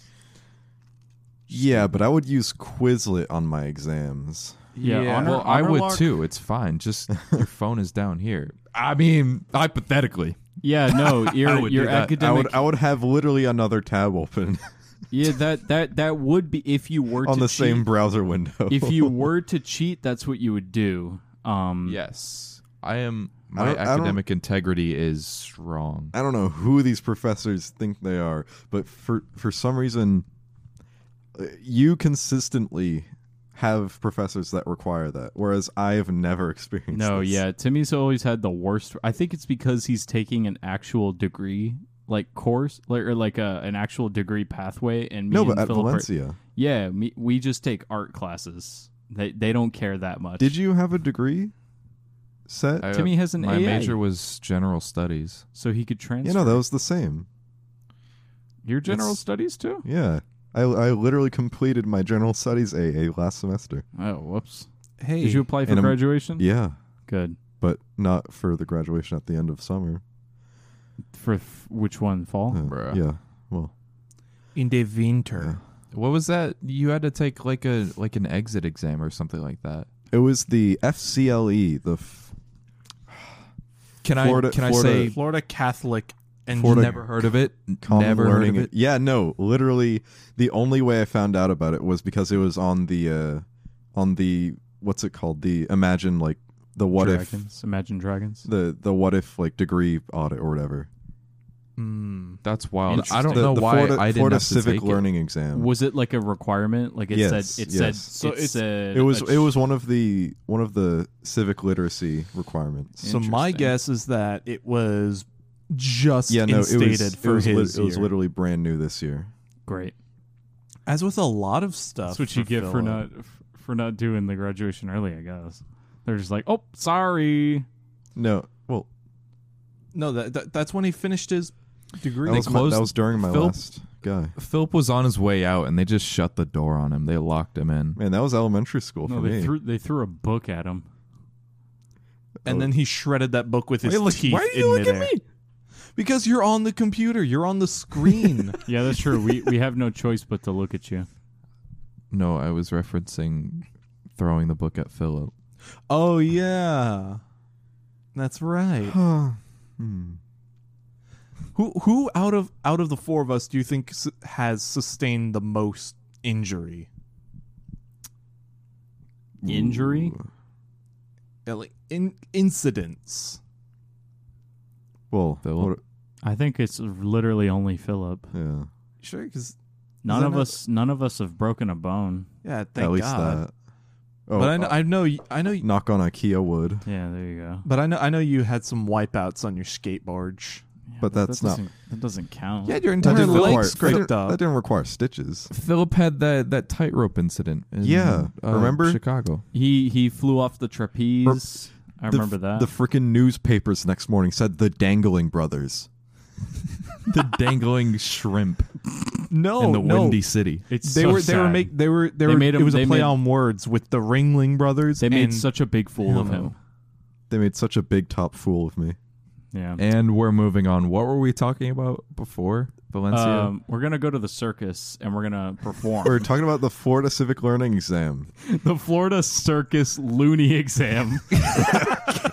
D: Yeah, but I would use Quizlet on my exams.
B: Yeah, honor-
A: well, I
B: honor
A: would
B: lock-
A: too. It's fine. Just your phone is down here. I mean, hypothetically,
B: yeah no your
A: would
B: your
A: do that. [LAUGHS] I
B: academic
D: I would I would have literally another tab open. [LAUGHS]
B: Yeah, that that that would be if you were
D: on
B: to
D: the
B: cheat,
D: same browser window.
B: if you were to cheat, that's what you would do. Um,
A: Yes, I am.
D: I
A: My
D: don't- I don't-
A: academic integrity is strong.
D: [LAUGHS] I don't know who these professors think they are, but for for some reason, uh, you consistently have professors that require that, whereas I've never [LAUGHS] experienced.
B: No,
D: this.
B: yeah, Timmy's always had the worst. I think it's because he's taking an actual degree like course like, or like a, an actual degree pathway and me
D: no,
B: and
D: but at
B: Philip are-
D: Valencia,
B: yeah, me, we just take art classes. They they don't care that much.
D: did you have a degree set?
A: I-
B: Timmy has an
A: my
B: AA.
A: major was general studies.
B: so he could transfer.
D: you know, that was the same.
A: Your general
D: It's-
A: studies too?
D: Yeah, I I literally completed my general studies AA last semester.
B: oh, whoops.
C: Hey,
B: Did you apply for
D: And I'm-
B: graduation?
D: Yeah,
B: Good.
D: but not for the graduation at the end of summer.
B: For f- which one? Fall?
D: Uh,
A: Oh, Bruh.
D: Yeah, well,
C: in the winter.
A: What was that? You had to take like a like an exit exam or something like that.
D: it was the FCLE, E, the f-
A: Can
D: Florida-
A: I can I
D: Florida-
A: say
C: Florida Catholic and
D: Florida-
A: never heard of it?
D: common
A: Never heard
D: learning.
A: of it.
D: Yeah, no, literally the only way I found out about it was because it was on the uh on the what's it called? The imagine like the what if
B: dragons. Imagine dragons.
D: the the what if like degree audit or whatever.
C: Mm.
A: That's wild. I
D: The,
A: don't know
D: the
A: why
D: Florida,
A: I didn't
D: Florida
A: have to
D: civic
A: take it.
D: learning exam.
B: Was it like a requirement? Like it
D: Yes,
B: said. It said.
D: yes.
C: So
B: it
C: it's-
B: said.
D: it was
B: a
D: it was one of the one of the civic literacy requirements.
C: So my
B: Interesting.
C: guess is that it was just
D: Yeah, no, it
C: instated
D: was, it
C: for
D: was, lit-
C: his
D: it was
C: year.
D: literally brand new this year.
B: great.
C: As with a lot of stuff,
B: That's what you get for
C: Philip.
B: not f- for not doing the graduation early. I guess they're just like, oh, sorry.
D: No, well,
C: No, that, that that's when he finished his
D: that
C: degree.
D: was, my,
A: closed-
D: that was during my
A: Phil-
D: last guy.
A: Philip was on his way out, and they just shut the door on him. They locked him in.
D: Man, that was elementary school
B: no,
D: for
B: they
D: me.
B: threw they threw a book at him.
D: Oh,
C: and then he shredded that book with his
A: Wait, look-
C: teeth.
A: why do you
C: in
A: look at
C: midair. Because you're on the computer. You're on the screen.
B: [LAUGHS] Yeah, that's true. we we have no choice but to look at you.
A: No, I was referencing throwing the book at Philip.
C: [LAUGHS] oh yeah, that's right.
D: Hmm.
C: Who who out of out of the four of us do you think s- has sustained the most injury?
B: Injury?
D: Ooh.
C: Yeah, Like in incidents.
D: Well,
A: Phil?
D: what-
B: I think it's literally only Philip.
D: yeah,
C: Sure, because
B: None
C: that
B: of
C: not-
B: us none of us have broken a bone.
C: yeah, thank
D: at least
C: God.
D: that. Oh,
C: but I,
D: uh,
C: kn- I know y- I know y-
D: knock on IKEA wood,
B: Yeah, there you go.
C: but I know I know you had some wipeouts on your skateboard.
B: Yeah,
D: but that's
B: that
D: not-
B: doesn't, that doesn't count.
C: your
D: that
C: entire
D: didn't, require,
C: leg
D: that,
C: scraped
D: didn't,
C: up.
D: that didn't require stitches.
A: Philip had that that tightrope incident. In,
D: Yeah,
A: uh,
D: remember?
A: Chicago? [LAUGHS]
B: He he flew off the trapeze. I
D: The-
B: remember that.
D: The freaking newspapers next morning said the Dangling Brothers.
A: the dangling shrimp
C: no,
D: Oh,
A: in the
C: no.
A: windy city.
B: it's
C: they
B: so
C: were they were
B: sad.
C: make they were they,
B: They
C: were
B: made
C: it
B: him-
C: was
B: they
C: a play
B: made-
C: on words with the Ringling Brothers.
B: they made
C: and
B: such a big fool of him.
D: They made such a big top fool of me.
B: Yeah.
A: And we're moving on. What were we talking about before Valencia?
B: Um, we're gonna go to the circus and we're gonna [LAUGHS] perform.
D: We're talking about the Florida Civic Learning Exam.
B: the Florida Circus Loony
D: [LAUGHS]
B: Exam.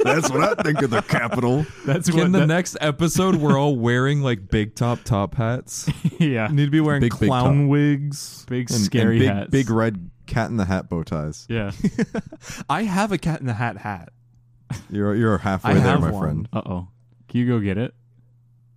D: That's what I think of the capital.
B: That's
A: Can
B: what
A: the
B: that-
A: next episode we're all wearing like big top top hats?
D: [LAUGHS]
B: yeah
C: need to be wearing
D: Big, big
C: clown
B: [LAUGHS]
D: top.
C: wigs.
B: big
D: And,
B: scary
D: and big,
B: hats.
D: big red cat in the hat bow ties.
B: yeah.
C: I have a Cat in the Hat hat.
D: You're you're halfway
C: I
D: there,
C: have
D: my
C: one.
D: friend.
B: Uh oh. Can you go get it?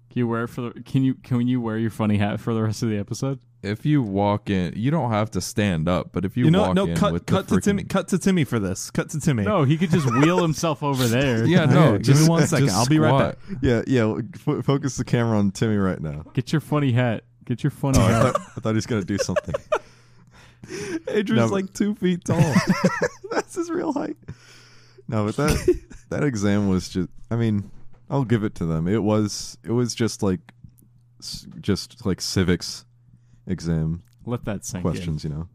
B: Can you wear it for the? Can you can you wear your funny hat for the rest of the episode?
A: If you walk in, you don't have to stand up, but if you,
C: You, know,
A: walk
C: no,
A: in
C: cut
A: with
C: cut
A: the
C: to Timmy,
A: freaking-
C: cut to Timmy for this. Cut to Timmy.
B: No, he could just wheel himself
D: [LAUGHS]
B: over there.
A: [LAUGHS] yeah,
C: Okay,
A: no,
C: give
A: just
C: me one second.
A: just
C: I'll be right
A: squat.
C: back.
D: Yeah, yeah. F- focus the camera on Timmy right now. Oh,
B: Get your funny hat. Get your funny
D: I
B: hat.
D: thought, I thought he was gonna do something.
A: Adrian's
D: No,
A: like two feet [LAUGHS] tall.
D: That's his real height. No, but that that exam was just. I mean, I'll give it to them. It was it was just like s- just like civics exam
B: Let that sink
D: questions. You know,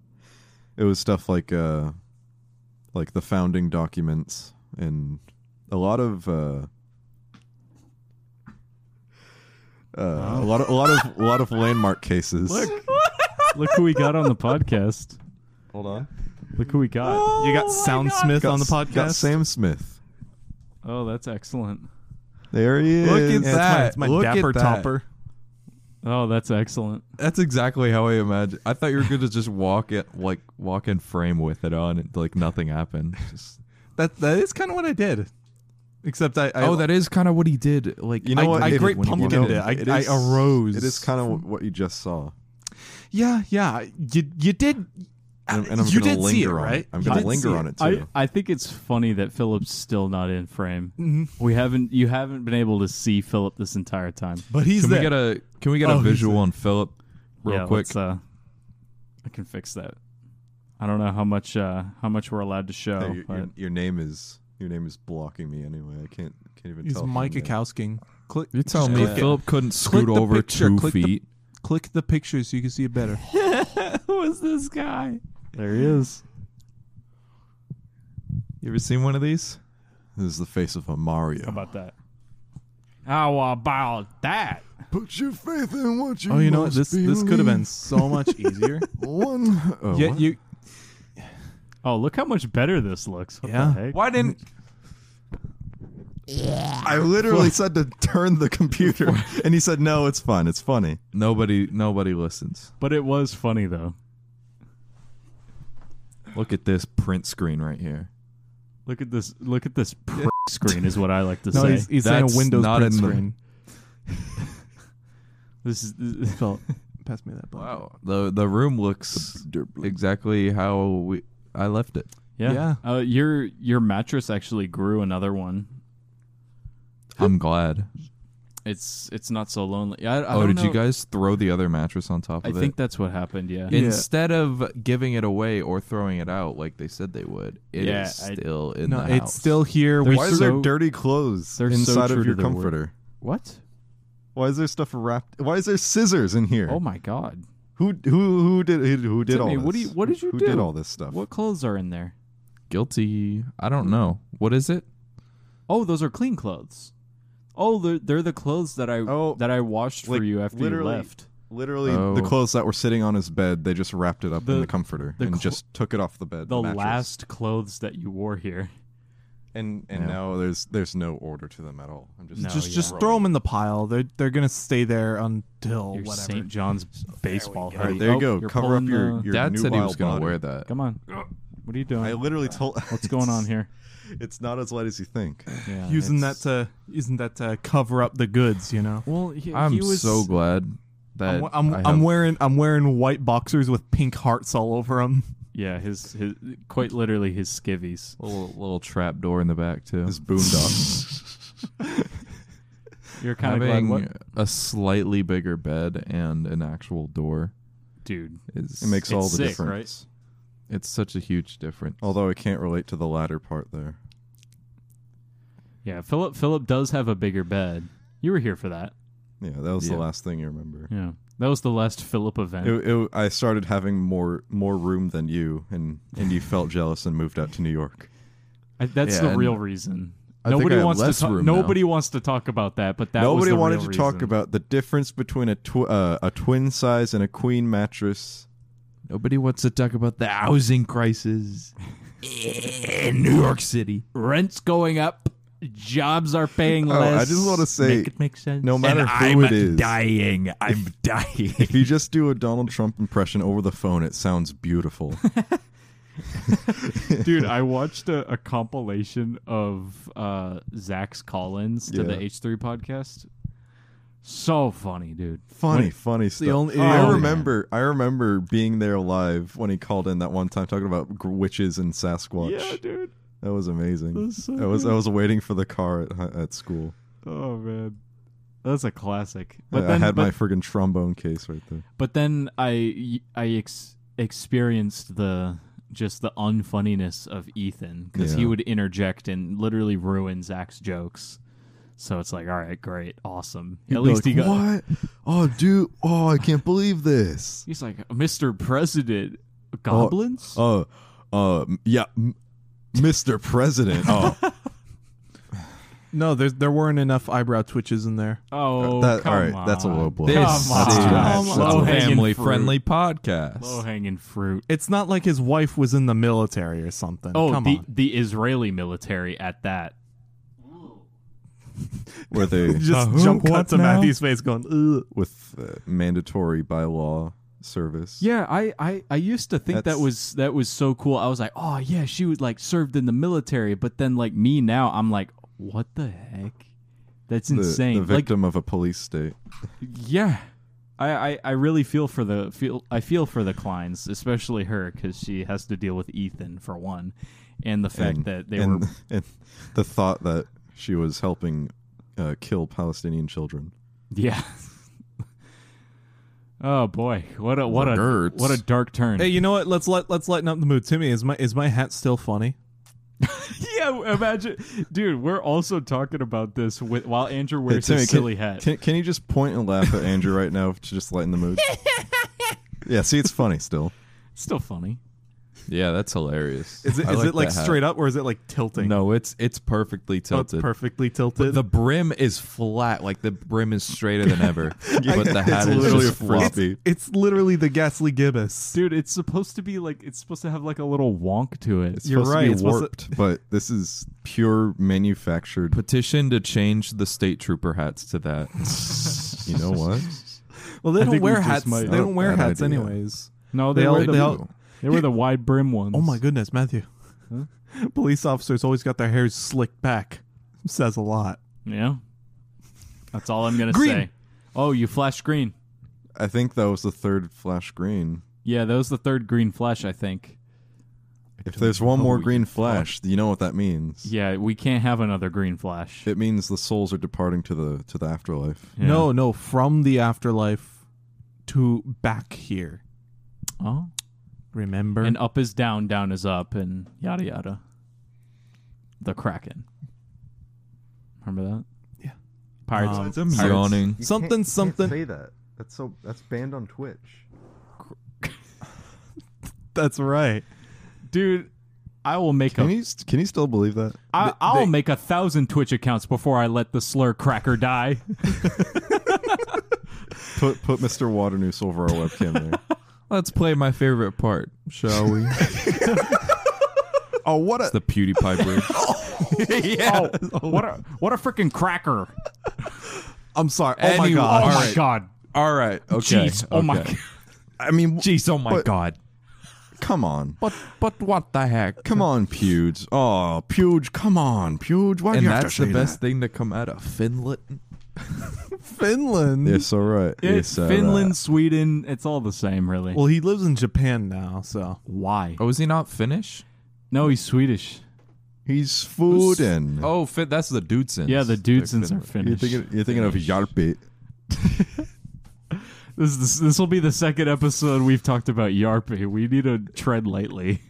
D: it was stuff like uh like the founding documents and a lot of. uh uh, a lot of a lot of a lot of landmark cases.
B: Look. in. Look who we got on the podcast.
D: hold on. Oh.
B: Look who we got.
C: You got Sound Smith on the podcast.
D: Got s- Got Sam Smith.
B: Oh, that's excellent.
D: There he is.
A: Look at
C: Yeah, it's my,
A: that.
C: it's my
A: Look at
C: dapper
A: that.
C: topper.
B: Oh, that's excellent.
D: That's exactly how I imagine. I thought you were going to just walk it, like walk in frame with it on, and like nothing happened. Just,
C: That that is kind of what I did, except I, I
A: oh, that is kind of what he did. Like
D: you know
C: I-
D: what?
C: I
D: It-
C: great
D: when you
C: pumpkined
D: know,
C: it. I- I arose.
D: It is kind of what you just saw,
C: yeah yeah you you did
D: and, and I'm
C: Uh, you
D: going
C: did
D: to
C: see it
D: linger on
C: right
D: it. I'm
C: You
D: going
C: did
D: to
C: see
D: linger on it too.
B: I, I think it's funny that Philip's still not in frame.
C: Mhm.
B: We haven't you haven't been able to see Philip this entire time.
C: but he's
A: can we
C: there.
A: get a can we get
C: Oh,
A: a
C: he's
A: visual
C: there.
A: on Philip real
B: Yeah,
A: quick?
B: let's, Uh, I can fix that. I don't know how much uh, how much we're allowed to
C: Oh,
B: show.
D: Hey, your,
B: but
D: your, your name is your name is blocking me anyway. I can't can't even
C: he's
D: tell.
C: Mike
D: from there.
C: Akowsking. Click
A: You're telling
C: just
A: me
C: click it.
A: Philip couldn't scoot
C: the
A: over
C: picture,
A: two
C: click the-
A: feet?
C: click the picture so you can see it better.
B: [LAUGHS] Who is this guy? There he is.
D: You ever seen one of these? This is the face of a Mario.
B: How about that? How about that?
D: Put your faith in what you.
C: Oh, you know what? This
D: must
C: this could have been
D: believe.
C: so much [LAUGHS] easier.
B: [LAUGHS]
D: one. Oh,
C: yeah,
D: what?
C: you
B: Oh, look how much better this looks. What
C: Yeah.
B: The heck?
A: Why didn't
D: I literally said to turn
B: [LAUGHS]
D: the computer, and he said, "No, it's fun. It's funny."
A: nobody nobody listens?
B: But it was funny though.
A: Look at this print screen right here.
B: Look at this. Look at this prick screen is what I like to
C: no,
B: say.
C: he's, he's saying
A: that's
C: a Windows
A: not
C: print
A: in the-
C: screen.
B: This is this,
C: Philip, pass me that. button.
A: the the room looks exactly how we I left it.
B: yeah. Uh, your your mattress actually grew another one.
A: I'm glad.
B: It's it's not so lonely. I, I
A: oh,
B: don't
A: did you
B: know-
A: guys throw the other mattress on top
B: I
A: of
B: think
A: it?
B: that's what happened. Yeah.
C: Yeah.
A: Instead of giving it away or throwing it out like they said they would, it is
B: Yeah, I-
A: still in the
C: No,
A: house.
C: it's still here.
B: There's
C: We
D: Why is there
B: so-
D: dirty clothes
B: they're so
D: inside
B: true
D: of your
B: to their word.
D: comforter?
B: what?
D: Why is there stuff wrapped? Why is there scissors in here?
B: Oh my god.
D: Who who who did who did
B: Timmy,
D: all this?
B: what do you- what did you
D: who
B: do?
D: did all this stuff?
B: What clothes are in there?
A: guilty. I don't know what is it.
B: Oh, those are clean clothes. Oh, they're, they're the clothes that I
D: Oh,
B: that I washed
D: like,
B: for you after you
D: literally-
B: left.
D: Literally,
A: Oh.
D: the clothes that were sitting on his bed, they just wrapped it up
B: The-
D: in the comforter
B: the
D: and
B: clo-
D: just took it off the bed.
B: The
D: mattress.
B: last clothes that you wore here.
D: and and
A: Yeah.
D: now there's there's no order to them at all. I'm just
B: No,
C: just
B: yeah.
C: just throw them in the pile. They're they're gonna stay there until
B: Your
C: whatever.
B: St. John's baseball
D: All
B: hoodie.
D: right, Oh, there you
B: Oh,
D: go.
B: you're
D: Cover up
B: pulling
D: your
B: the-
D: your
A: Dad said he
D: nubile
A: was gonna
D: body.
A: wear that.
B: Come on. What are you doing?
D: I literally told.
B: [LAUGHS] What's going on
D: [LAUGHS]
B: here?
D: It's not as light as you think.
B: Yeah,
C: using that
B: it's-
C: to using that to cover up the goods, you know.
B: Well, he,
A: I'm
B: he was
A: so glad that
C: I'm I'm,
A: I
C: I'm
A: have-
C: wearing I'm wearing white boxers with pink hearts all over them.
B: yeah, his his quite literally his skivvies.
A: little little trap door in the back too.
D: This boondock.
B: You're kind of glad,
A: Having
B: what,
A: a slightly bigger bed and an actual door
B: dude?
A: is
D: it makes
B: It's
D: all the
B: sick,
D: difference.
B: right?
A: it's such a huge difference.
D: Although I can't relate to the latter part there.
B: Yeah, Philip Philip does have a bigger bed. You were here for that.
D: Yeah, that was
A: Yeah.
D: the last thing you remember.
B: Yeah, that was the last Philip event.
D: It, it, I started having more more room than you, and and
B: [LAUGHS]
D: you felt jealous and moved out to New York.
B: I, that's
A: Yeah,
B: the
A: and
B: real reason.
A: I think
B: nobody
A: I have
B: wants to.
A: less
B: talk-
A: room now.
B: nobody wants to talk about that. But that was
D: Nobody
B: the
D: wanted
B: real
D: to talk
B: reason.
D: about the difference between a tw- uh, a twin size and a queen mattress.
A: Nobody wants to talk about the housing crisis in New York City.
B: rents going up, jobs are paying
D: Oh,
B: less.
D: I just want to say,
B: make sense.
D: no matter who it is,
A: dying. I'm dying.
D: if you just do a Donald Trump impression over the phone, it
B: [LAUGHS]
D: sounds beautiful.
B: [LAUGHS] Dude,
D: [LAUGHS]
B: I watched a, a compilation of uh, Zach's Collins to the
D: Yeah.
B: H3 podcast. So funny, dude.
D: funny, funny stuff.
C: only- the
D: I
B: only-
D: remember, I remember being there live when he called in that one time talking about gr- witches and Sasquatch.
B: dude. Mm-hmm.
D: That was amazing.
B: That's so
D: I was
B: good.
D: I was waiting for the car at hi- at school.
B: Oh man. That's a classic.
D: I,
B: But
D: I
B: then
D: had
B: but,
D: my friggin' trombone case right there.
B: but then I I ex- experienced the just the unfunniness of Ethan cuz he
D: Yeah.
B: would interject and literally ruin Zach's jokes. So it's like, all right, great, awesome. At least he got
D: what? Oh, dude! Oh, I can't
B: [LAUGHS]
D: believe this.
B: He's like, Mr. President, goblins?
D: Oh, uh, m- yeah, m- Mr.
B: [LAUGHS]
D: President. Oh,
C: No, there there weren't enough eyebrow twitches in there.
B: Oh,
D: that-
B: come
D: all right,
B: on.
D: that's a low blow.
A: This
B: Come on.
A: is
B: Come
A: a
B: on. Low-hanging
A: family
B: fruit.
A: friendly podcast.
B: Low hanging fruit.
C: It's not like his wife was in the military or something.
B: Oh,
C: Come
B: the,
C: on.
B: the Israeli military at that. [LAUGHS]
D: where [LAUGHS] they
C: Just
E: who,
C: jump
E: what
C: cut to
E: now?
C: Matthew's face going, Ugh.
D: with uh, mandatory by law service.
B: Yeah, I, I, I used to think that
D: That's-
B: was that was so cool. I was like, oh yeah, she was like served in the military, but then like me now, I'm like, what the heck? That's
D: the,
B: insane.
D: the
B: like,
D: victim of a police state.
B: yeah, I, I, I really feel for the feel I feel for the Kleins, especially her, because she has to deal with Ethan for one, and the fact
D: And-
B: that they
D: and,
B: were [LAUGHS]
D: and the thought that she was helping uh, kill Palestinian children.
B: yeah. [LAUGHS] oh boy, what a what a
A: Gertz.
B: what a dark turn.
C: Hey, you know what? Let's let let's lighten up the mood. Timmy, is my is my hat still funny?
B: yeah, imagine, dude. We're also talking about this with, while Andrew wears
D: Timmy,
B: his
D: can-
B: silly hat.
D: Can, can you just point and laugh at Andrew right now to just lighten the mood? yeah, see, it's funny still.
B: Still funny.
A: Yeah, that's hilarious.
C: Is it is
A: I
C: it like
A: that hat.
C: straight up or is it like tilting?
A: No, it's it's perfectly
C: Oh, it's
A: tilted.
C: perfectly
A: But
C: tilted.
A: the brim is flat, like the brim is straighter than
C: [LAUGHS]
A: ever. but the hat
D: it's
A: is
D: literally
A: just
D: a
A: floppy.
D: frisbee.
C: it's literally the ghastly gibbous.
B: Dude, it's supposed to be like it's supposed to have like a little wonk to it.
D: It's
C: You're
D: supposed
C: right,
D: to
C: it's
D: be
C: supposed to-
D: warped, but this is pure manufactured.
A: Petition to change the state trooper hats to that.
D: you know what?
C: Well, they
B: I
C: don't
B: think we
C: wear
B: just
C: hats.
B: might-
C: They don't wear
D: Bad
C: hats
D: idea.
C: anyways.
B: No, Oh, they,
C: They all-
B: were the,
C: they all-
B: they were the wide brim ones.
C: Oh my goodness, Matthew. Police officers always got their hairs slicked back. [LAUGHS] Says a lot.
B: Yeah. That's all I'm gonna
C: Green.
B: say. Oh, you flash green.
D: I think that was the third flash green.
B: Yeah, that was the third green flash, I think.
D: If there's one more
A: you
D: green flash, you know what that means.
B: Yeah, we can't have another green flash.
D: It means the souls are departing to the to the afterlife.
B: Yeah.
C: No, no, from the afterlife to back here.
B: Oh.
C: Remember?
B: And up is down, down is up, and yada yada. The Kraken. Remember that?
C: Yeah.
B: Pirates.
C: Um,
A: I'm yawning.
C: something, something.
D: that. That's so. That's banned on Twitch.
C: That's right.
B: Dude, I will make a
D: Can you can you still believe that?
B: I, I'll make a thousand Twitch accounts before I let the slur
A: [LAUGHS]
B: cracker die.
D: Put put Mr. Waternoose over our webcam there.
A: Let's play my favorite part, shall we?
D: oh, what a
A: the PewDiePie bridge.
B: yeah. Oh, what a what a freaking cracker!
C: I'm sorry. Oh my
A: Anyway,
C: god.
B: oh
A: all
B: my
A: right.
B: god!
A: All right. Okay.
B: Jeez! Oh my!
A: okay.
B: God.
D: I mean, w-
A: Jeez. Oh my
D: But-
A: God.
D: come on,
A: But but what the heck?
D: come on, Pewds. Oh, Pewds, come on, Pewds. Why do
A: And
D: you have
A: that's
D: to
A: the
D: say
A: best thing to come out of Finland.
C: Finland.
D: That? Yes, all right. yes,
A: uh,
D: all right.
B: Finland, Sweden, it's all the same, really.
C: Well, he lives in Japan now, so
B: Why?
A: Oh, is he not Finnish?
B: No, he's Swedish.
D: He's food and
A: Oh, fin- that's the Dudesons.
B: Yeah, the Dudesons are
D: you're
B: Finnish.
D: thinking you're thinking of Yarpit.
B: This this this will be the second episode we've talked about Yarpy. We need to tread lightly.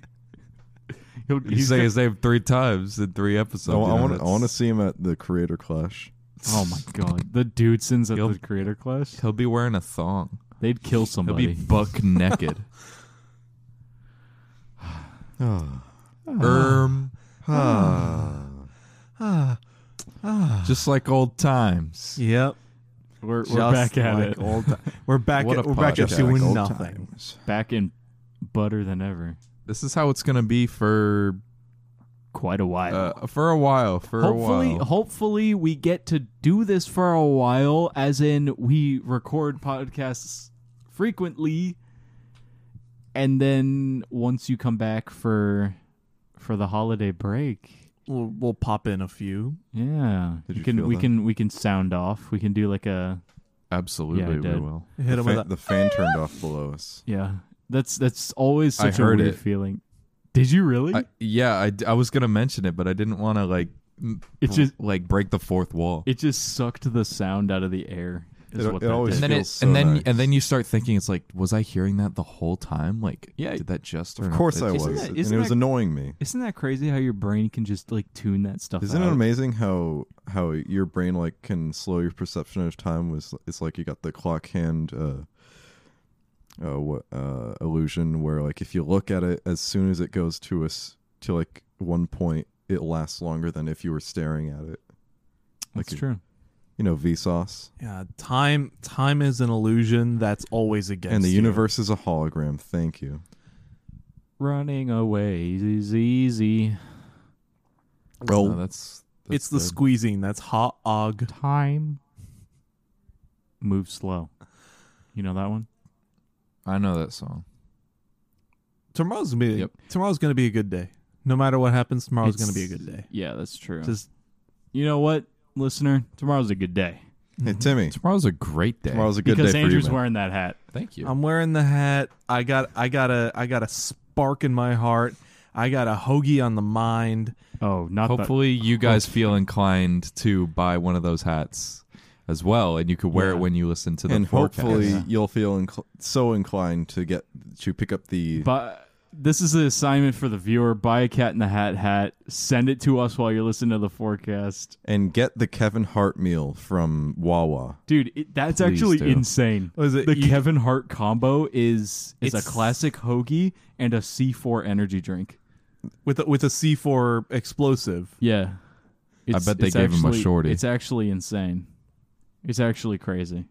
B: [LAUGHS] He'll,
A: He's
B: he's
A: saying
B: gonna-
A: his name three times in three episodes.
D: I
A: you know,
D: want to I
A: that's-
D: want to see him at the Creator Clash.
B: oh my god, the Dudesons at
A: He'll-
B: the Creator Clash.
A: He'll be wearing a thong.
B: They'd kill
A: He'll
B: somebody.
A: be buck
B: [LAUGHS]
A: naked.
D: Oh.
A: Erm.
D: Ah.
A: Just like old times.
C: yep.
B: we're
C: Just
B: we're back at
C: like
B: it.
C: Old ti- [LAUGHS] we're back.
A: What
C: At,
A: a
C: we're back at
A: podcast.
C: doing
D: Like old
C: nothing.
D: times.
B: back in butter than ever.
A: This is how it's gonna be for
B: Quite a while.
A: uh, for a while. For
B: hopefully,
A: a while.
B: hopefully we get to do this for a while, as in we record podcasts frequently, and then once you come back for for the holiday break,
C: We'll, we'll pop in a few.
B: yeah, we
D: Did you
B: can
D: feel
B: we
D: that?
B: can we can sound off. We can do like a Yeah,
A: Absolutely,
B: I
A: we
B: did.
A: will.
C: Hit
D: The
C: him with
D: fan,
C: that.
D: the fan turned off below us.
B: yeah. That's that's always
A: I
B: such a
A: heard
B: weird
A: it.
B: feeling. Did you really?
A: I, yeah, I, d- I was gonna mention it, but I didn't want to like. m-
B: It just-
A: like break the fourth wall.
B: it just sucked the sound out of the air. Is
D: It-
B: what
D: it
B: that
D: always
B: did.
A: and then it,
D: feels so
A: and then
D: nice.
A: and then you start thinking it's like, was I hearing that the whole time? Like,
B: Yeah,
A: did that just?
D: Of course I was.
B: Isn't that-
D: and
B: isn't
D: it was
B: that-
D: annoying me.
B: Isn't that crazy how your brain can just like tune that stuff
D: Isn't
B: out?
D: it amazing how how your brain like can slow your perception of time was it's like you got the clock hand uh uh, what, uh illusion where like if you look at it as soon as it goes to us to like one point it lasts longer than if you were staring at it.
B: That's
D: Like,
B: true.
D: You know, Vsauce.
C: Yeah, time time is an illusion that's always against
D: and the
C: you.
D: universe is a hologram. Thank you.
B: Running away is easy.
A: Well, that's
C: it's the squeezing. That's ha og.
B: time. Move slow. You know that one?
A: I know that song.
C: Tomorrow's gonna be
A: Yep.
C: tomorrow's gonna be a good day. No matter what happens, tomorrow's gonna be a
B: It's-
C: good day.
B: Yeah, that's true.
C: Just
B: you know what, listener? Tomorrow's a good day
D: Hey Timmy,
A: Tomorrow's a great day.
D: tomorrow's a good
B: because
D: day
B: Andrew's
D: for you. man.
B: wearing that hat.
A: Thank you.
C: I'm wearing the hat. I got I got a I got a spark in my heart. I got a hoagie on the mind.
B: Oh, not the,
A: Hopefully, you guys feel inclined to buy one of those hats as well, and you could wear
B: Yeah.
A: it when you listen to the
D: and
A: forecast.
D: hopefully you'll feel incl- so inclined to get to pick up the
B: But this is an assignment for the viewer. Buy a cat in the hat hat. Send it to us while you're listening to the forecast.
D: and get the Kevin Hart meal from Wawa.
B: Dude, it, that's
A: Please
B: actually
A: do.
B: insane.
C: Was it
B: The
C: you-
B: Kevin Hart combo is is a
C: It's-
B: classic hoagie and a C4 energy drink.
C: with a, with a C4 explosive?
B: Yeah. It's-
A: bet they
B: it's
A: gave him a
B: actually-
A: shorty.
B: It's actually insane. It's actually crazy.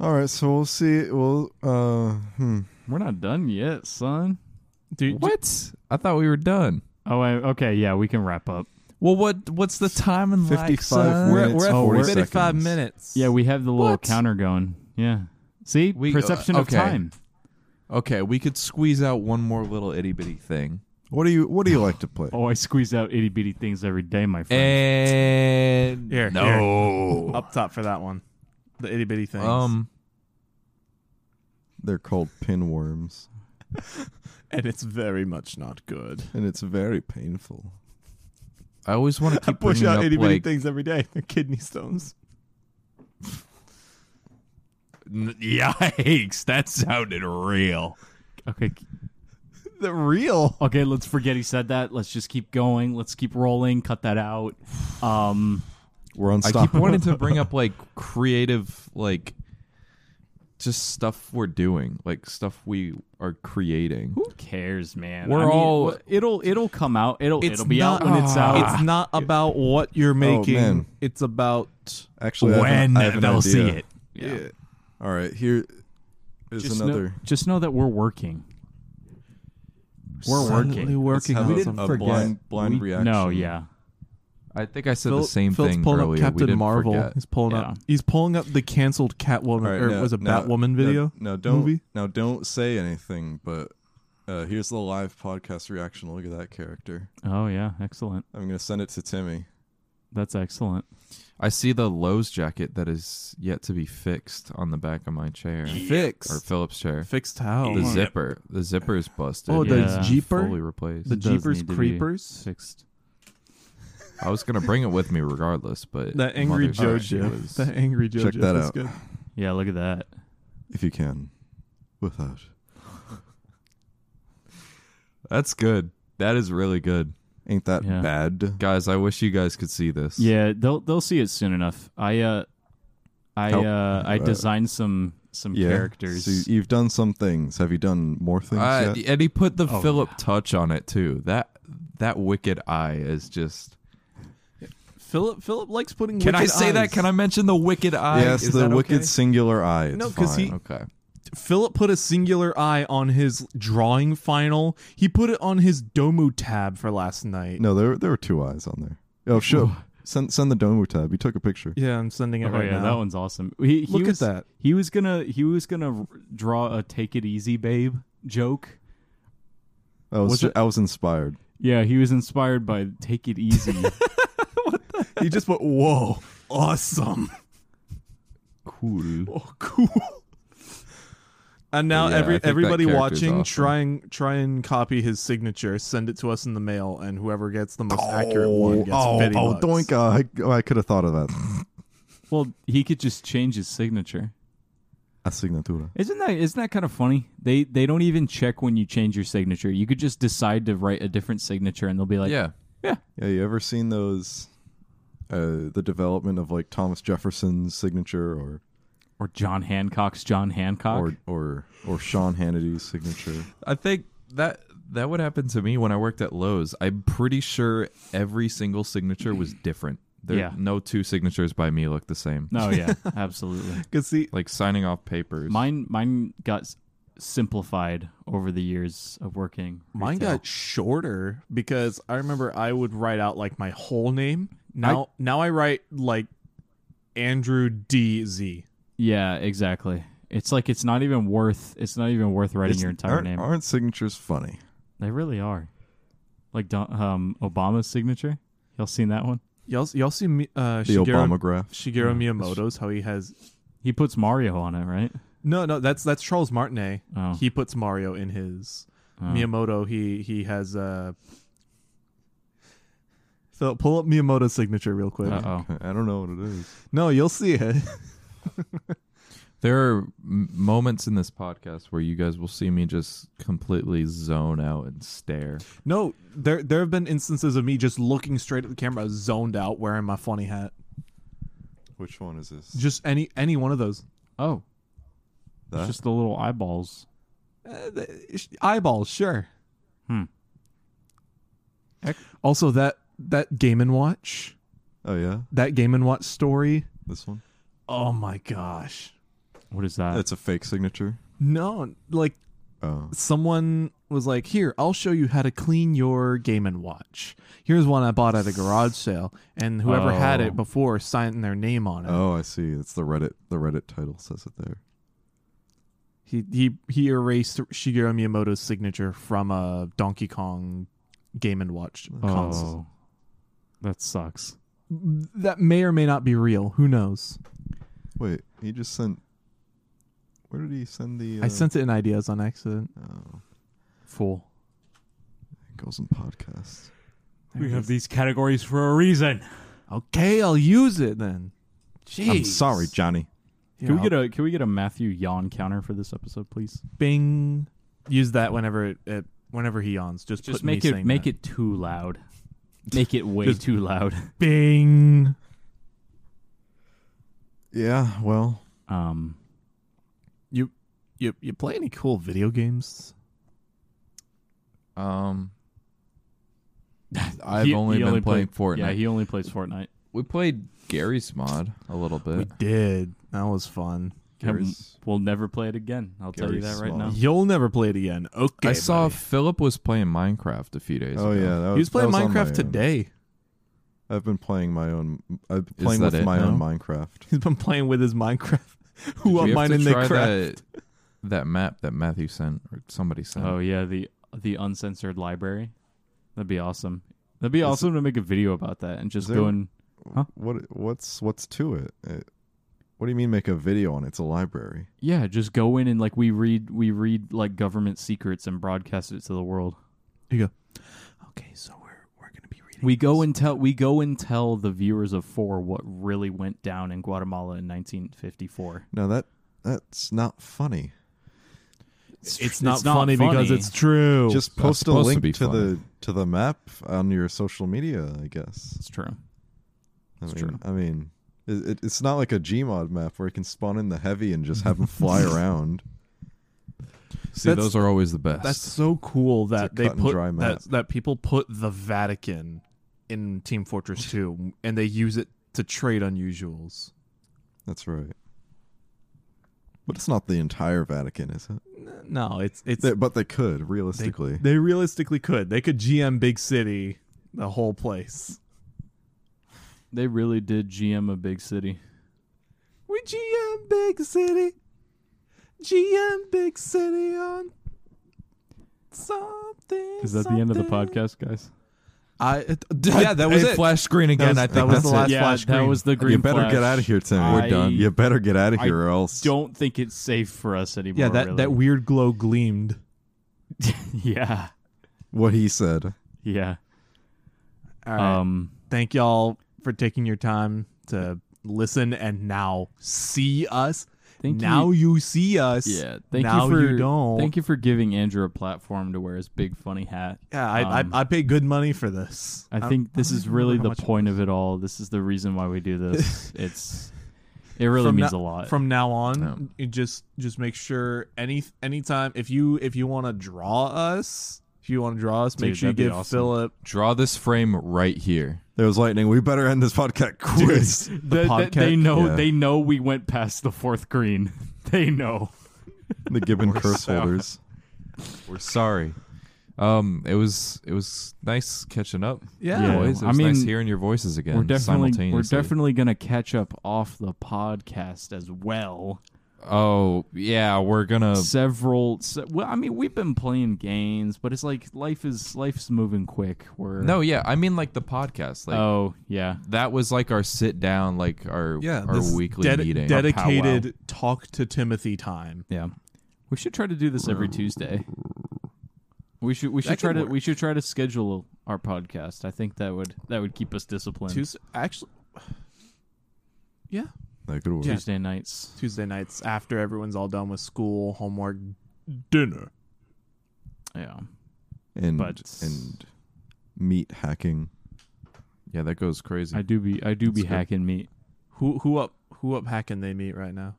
D: All right, so we'll see. We'll uh, hmm.
B: We're not done yet, son.
C: Dude,
A: what? I thought we were done.
B: Oh, I, okay, yeah, we can wrap up.
A: Well, what? What's the time in life?
D: 55
A: son?
C: we're,
D: minutes.
C: we're at
D: Oh, we're-
C: 45
D: seconds.
C: minutes.
B: Yeah, we have the little
A: What?
B: counter going. Yeah. See?
A: We- uh,
B: Perception
A: okay.
B: of time.
A: Okay, we could squeeze out one more little itty bitty thing,
D: What do you What do you like to play?
B: Oh, I squeeze out itty bitty things every day, my friend.
A: and
C: Here,
A: no,
C: up top for that one. The itty bitty thing.
A: um,
D: They're called pinworms,
C: and it's very much not good.
D: and it's very painful.
A: I always want to
C: [LAUGHS] I
A: keep
C: push
A: bringing
C: out
A: up
C: itty bitty
A: like
C: things every day. [LAUGHS] They're kidney stones.
A: N- Yikes, that sounded real.
B: Okay.
C: They're real.
B: Okay, let's forget he said that. Let's just keep going. Let's keep rolling. Cut that out. Um
D: We're
A: I keep
D: unstoppable.
A: wanting
C: [LAUGHS]
A: to bring up like creative, like just stuff we're doing, like stuff we are creating.
B: who cares, man?
A: We're
B: I mean,
A: all-
B: wh- it'll it'll come out. It'll
C: It's
B: it'll be
C: not,
B: out when it's out.
C: It's not about what you're making.
D: Oh, man.
C: It's about
D: [LAUGHS] Actually, I have an- I have an idea.
B: Yeah.
D: Yeah. All right, here is
B: Just
D: another.
B: know, just know that we're working. We're working.
C: silently
D: Let's
C: working
D: have
C: on
D: a,
C: something.
D: a blind, blind reaction.
B: No, yeah.
A: I think I said
C: Phil-
A: the same
C: Phil's
A: thing
C: pulling
A: earlier.
C: Up
A: We
C: Captain
A: didn't
C: Marvel.
A: forget.
C: He's pulling up.
B: Yeah.
C: He's pulling up the canceled Catwoman
D: All right,
C: or
D: now-
C: it was a
D: now-
C: Batwoman video.
D: Now, now don't
C: movie?
D: now don't say anything. But uh, here's the live podcast reaction. Look at that character.
B: Oh yeah, excellent.
D: I'm gonna send it to Timmy.
B: That's excellent.
A: I see the Lowe's jacket that is yet to be fixed on the back of my
C: [LAUGHS]
A: chair or
C: Fixed.
A: Phillips chair.
C: Fixed
D: Oh,
C: how?
A: The zipper, the zipper is busted.
C: Oh,
B: the
A: It's
C: jeeper?
A: fully replaced.
C: The
B: It does
C: Jeepers
B: need to be
C: Creepers.
B: Fixed.
A: I was gonna bring it with me regardless, but
C: That angry
A: Mother's
C: Joe
A: Day
C: Jeff.
A: was-
C: That angry Joe
D: Check
C: Jeff
D: that
C: is
D: out.
C: good.
B: Yeah, look at that.
D: if you can, without.
A: That's good. That is really good,
D: Ain't that
B: Yeah.
D: bad?
A: guys. I wish you guys could see this.
B: Yeah, they'll they'll see it soon enough. I uh I
D: Help.
B: uh I
D: Uh,
B: designed some some characters.
D: So you've done some things. Have you done more things
A: Uh,
D: yet?
A: and he put the
B: Oh,
A: Philip touch on it too. That that wicked eye is just.
C: Philip Philip likes putting.
A: Can I
C: wicked
A: say that?
C: eyes.
A: Can I mention the wicked eye?
D: yes,
A: Is
D: the
A: that
D: wicked
A: okay?
D: singular eye. It's
C: No, 'cause he-
D: fine.
A: Okay.
C: Philip put a singular eye on his drawing final. He put it on his Domu tab for last night.
D: No, there there were two eyes on there. Oh, sure. send send the Domu tab. You took a picture.
C: Yeah, I'm sending it
B: Oh
C: right
B: yeah,
C: now.
B: that one's awesome. He, he
C: Look at
B: was,
C: that.
B: He was gonna he was gonna r- draw a take it easy babe joke.
D: I was,
B: Was
D: ju-
B: it-
D: I was inspired.
B: Yeah, he was inspired by take it easy.
D: [LAUGHS]
C: He just put whoa,
A: [LAUGHS]
C: awesome.
A: Cool.
C: Oh, cool. [LAUGHS] And now
A: Yeah, I
C: every
A: think that
C: everybody
A: character's
C: watching,
A: awesome.
C: try and try and copy his signature, send it to us in the mail, and whoever gets the most accurate one gets
D: oh,
C: 50
D: oh
C: bucks.
D: doink! Uh, I, I could have thought of that.
B: well, he could just change his signature.
D: Asignatura.
B: Isn't that isn't that kind of funny? They they don't even check when you change your signature. You could just decide to write a different signature, and they'll be like,
A: yeah.
D: Yeah, you ever seen those? Uh, the development of like Thomas Jefferson's signature, or
B: or John Hancock's John Hancock.
D: or or or Sean
C: [LAUGHS]
D: Hannity's signature.
A: I think that that would happen to me when I worked at Lowe's. I'm pretty sure every single signature was different. There
B: Yeah.
A: no two signatures by me
D: [LAUGHS]
A: look the same.
B: no, yeah, absolutely.
C: Cause see,
A: Like signing off papers.
B: Mine mine got s- simplified over the years of working.
C: Mine
B: retail.
C: got shorter because I remember I would write out like my whole name. Now now I write like Andrew D Z.
B: yeah, exactly. It's like it's not even worth it's not even worth writing
D: It's-
B: your entire
D: aren't,
B: name.
D: Aren't signatures funny?
B: They really are. Like Don- um, Obama's signature. Y'all seen that one?
C: Y'all y'all see Mi- uh,
D: The
C: Shigeru,
D: Obama graph. [LAUGHS]
C: Shigeru Miyamoto's how he has
B: He puts Mario on it, right?
C: No, no, that's that's Charles Martinet.
B: Oh,
C: He puts Mario in his
B: oh.
C: Miyamoto. He he has uh Phil, pull up Miyamoto's signature real quick.
B: Uh-oh.
D: I don't know what it is.
C: No, you'll see it. [LAUGHS]
A: There are m- moments in this podcast where you guys will see me just completely zone out and stare.
C: No, there there have been instances of me just looking straight at the camera, zoned out, wearing my funny hat.
D: Which one is this?
C: Just any any one of those
B: Oh,
D: That?
B: it's just the little eyeballs.
C: Uh, the- eyeballs, sure.
B: Hmm. Ec-
C: Also, that that Game and Watch,
D: oh yeah,
C: that Game and Watch story.
D: this one.
C: Oh my gosh!
B: What is
C: Uh,
B: that?
D: That's a fake signature.
C: No, like
D: Oh,
C: someone was like, "Here, I'll show you how to clean your Game and Watch. Here's one I bought at a garage sale, and whoever had
B: Oh.
C: it before signed their name on it.
D: oh, I see. It's the Reddit. The Reddit title says it there.
C: He he he erased Shigeru Miyamoto's signature from a Donkey Kong Game and Watch
B: oh,
C: console.
B: that sucks.
C: That may or may not be real. Who knows?
D: Wait, he just sent. Where did he send the? Uh,
C: I sent it in ideas on accident.
D: Oh,
B: Fool.
D: it goes in podcast.
C: There it is.
E: these categories for a reason.
C: Okay, I'll use it then. Jeez.
D: I'm sorry, Johnny.
B: Can we get a Can we get a Matthew yawn counter for this episode, please?
C: Bing? Use that whenever it, it whenever he yawns. Just
B: Just make it make it too loud. Make it way too loud.
C: Bing.
D: Yeah, well,
B: [LAUGHS] Um,
C: You you you play any cool video games?
A: Um,
B: [LAUGHS]
A: I've
B: he-
A: only
B: he
A: been playing Fortnite.
B: played- Yeah, he only plays Fortnite.
A: we played Gary's mod a little
C: We
A: bit.
C: did. That was
B: Um,
C: fun.
D: Gary's-
B: We'll never play it again. I'll tell you
D: Gary's
B: that right
D: small.
B: now.
C: You'll never play it again. Okay.
A: I saw
C: buddy.
A: Philip was playing Minecraft a few days
D: oh
A: ago.
D: yeah, that
C: he was
D: that
C: playing
D: on my um, uh,
C: Minecraft
D: own.
C: today. [LAUGHS]
D: I've been playing my own. I've been playing
A: that
D: with
A: it
D: my own
A: now?
D: Minecraft.
C: He's been playing with his Minecraft. [LAUGHS] Who
A: Did
C: are
A: we have
C: mine
A: to
C: in the
A: try
C: craft?
A: That, that map that Matthew sent or somebody
C: Um,
A: sent.
B: Oh yeah, the the uncensored library. That'd be awesome. That'd be awesome to make a video about that and just
D: there-
B: go and Huh?
D: What? What's what's to it? it? What do you mean make a video on it? It's a library.
B: yeah, just go in and like we read we read like government secrets and broadcast it to the world.
C: Okay, so we're we're gonna be reading.
B: We go and tell we go and tell the viewers of four what really went down in Guatemala in 1954.
D: No, that that's not funny.
C: It's,
B: it's
C: not,
B: not
C: funny, because
B: funny.
C: it's true.
D: Just post a
A: supposed to
D: link
A: be
D: to, the to the map on your social media. I guess.
B: It's true.
D: I
B: It's
D: mean,
B: true.
D: I mean, it, it, it's not like a Gmod map where you can spawn in the heavy and just have them fly around.
A: See,
C: that's-
A: those are always the best. [LAUGHS]
C: that's so cool that they
D: cut and
C: put
D: dry map.
C: that that people put the Vatican in Team Fortress 2 and they use it to trade unusuals.
D: That's right. But it's not the entire Vatican, is it?
C: N- No, it's it's
D: They, but they could
C: they,
D: realistically.
C: they realistically could. They could GM big city the whole place.
B: They really did GM a big city.
C: We GM big city. GM big city on something.
B: Is that the end of the
C: something.
B: podcast, guys?
C: I it- [LAUGHS] yeah, that was
A: Hey,
C: it.
A: Flash screen again.
C: was-
A: I
C: that
A: think
C: was
A: that's
C: the
A: it.
C: last-
B: yeah,
C: flash
B: that
C: green.
B: was the green.
D: you better
B: flash.
D: get out of here, Timmy.
B: We're I- done.
D: You better get out of
B: I
D: here, or else.
B: Don't think it's safe for us anymore.
C: Yeah, that,
B: really.
C: that weird glow gleamed.
B: [LAUGHS] yeah,
D: What he said.
B: yeah.
C: All right.
B: Um,
C: Thank y'all for taking your time to listen and now see us.
B: thank
C: now
B: you.
C: you see us.
B: Yeah, thank
C: now
B: you for
C: you don't.
B: thank you for giving Andrew a platform to wear his big funny hat.
C: Yeah, I,
B: Um,
C: I I pay good money for this.
B: I think this
C: don't
B: is
C: even
B: really
C: remember
B: the
C: how much
B: point of it all. This is the reason why we [LAUGHS] do this. it's it really
C: From
B: means
C: now-
B: a lot.
C: from now on
A: Yeah.
C: you just just make sure any anytime if you if you want to draw us if you want to draw us make
B: Dude,
C: sure you
B: that'd be
C: give
B: awesome.
C: philip
A: Draw this frame right here.
D: There was lightning. We better end this podcast quick.
B: The- the- they
C: podcast-
B: know [LAUGHS]
D: Yeah.
B: they know we went past the fourth green. they know.
D: the Gibbon
A: We're
D: curse
A: so-
D: holders.
A: We're sorry. Um, it was it was nice catching up,
B: Yeah.
A: boys. It
B: I
A: was nice
B: mean,
A: hearing your voices again.
B: we're definitely we're
A: simultaneously.
B: definitely gonna catch up off the podcast as well.
A: Oh yeah, we're gonna.
B: Several. Se- well, I mean, we've been playing games, but it's like life is life's moving quick. We're
A: No, yeah, I mean like the podcast. Like
B: oh yeah,
A: that was like our sit down, like our
C: Yeah,
A: our
C: this
A: weekly
C: Ded-
A: meeting, our powwow.
C: dedicated talk to Timothy time.
B: yeah. We should try to do this every Tuesday. We should we should
C: That
B: try
C: could
B: to
C: work.
B: we should try to schedule our podcast. I think that would that would keep us disciplined.
C: Tuesday, actually, yeah,
D: That could work.
C: Yeah.
B: Tuesday nights.
C: Tuesday nights after everyone's all done with school, homework, dinner.
B: Yeah.
D: And
B: But-
D: and meat hacking.
A: Yeah, that goes crazy.
B: I do be I do be
A: That's good.
B: hacking meat.
C: Who who up who up hacking they meet right now?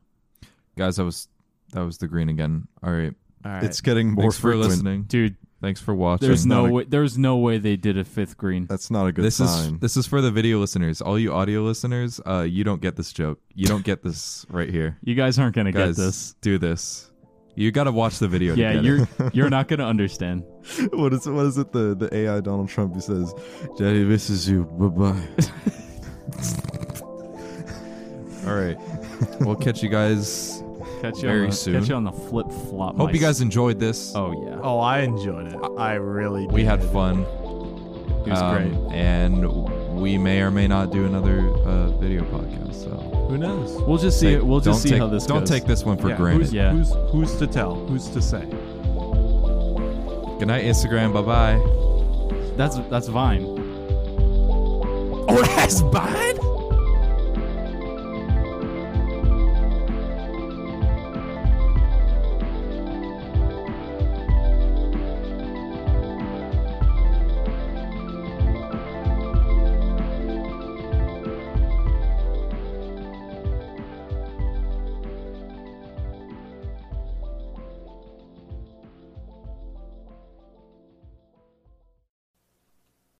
A: Guys, that was that was the green again. All right,
C: All right,
D: It's getting more
A: thanks for
D: frequent.
A: listening.
B: Dude,
A: Thanks for watching.
B: there's no
D: not a-
B: way there's no way they did a fifth green.
A: Uh,
D: That's not a good
A: this
D: sign.
A: is this is for the video listeners. All you audio listeners, uh, you don't get this joke. You don't get this right here.
B: [LAUGHS] You guys aren't gonna
A: Guys,
B: get this.
A: do this. You got to watch the video. to
B: Yeah,
A: get it.
B: you're
A: [LAUGHS]
B: you're not gonna understand.
D: [LAUGHS] what is what is it? The the AI Donald Trump who says, "Daddy misses you. Bye bye."
A: All right, we'll catch you
B: [LAUGHS]
A: guys.
B: Catch you
A: Very
B: on the,
A: soon.
B: Catch you on the flip flop.
A: Hope you guys enjoyed this.
B: Oh yeah,
C: oh, I enjoyed it. I really
A: we
C: did.
A: had fun.
B: it was
A: Um,
B: great.
A: And we may or may not do another uh, video podcast. So
C: Who knows?
B: We'll just see.
A: Take-
B: we'll
A: don't
B: just see
A: take,
B: how this
A: Don't
B: goes.
A: take this one for
C: yeah,
A: granted.
C: Who's,
B: Yeah.
C: who's who's to tell? Who's to say?
A: Good night, Instagram. Bye bye.
B: That's that's Vine.
C: Oh, that's bye.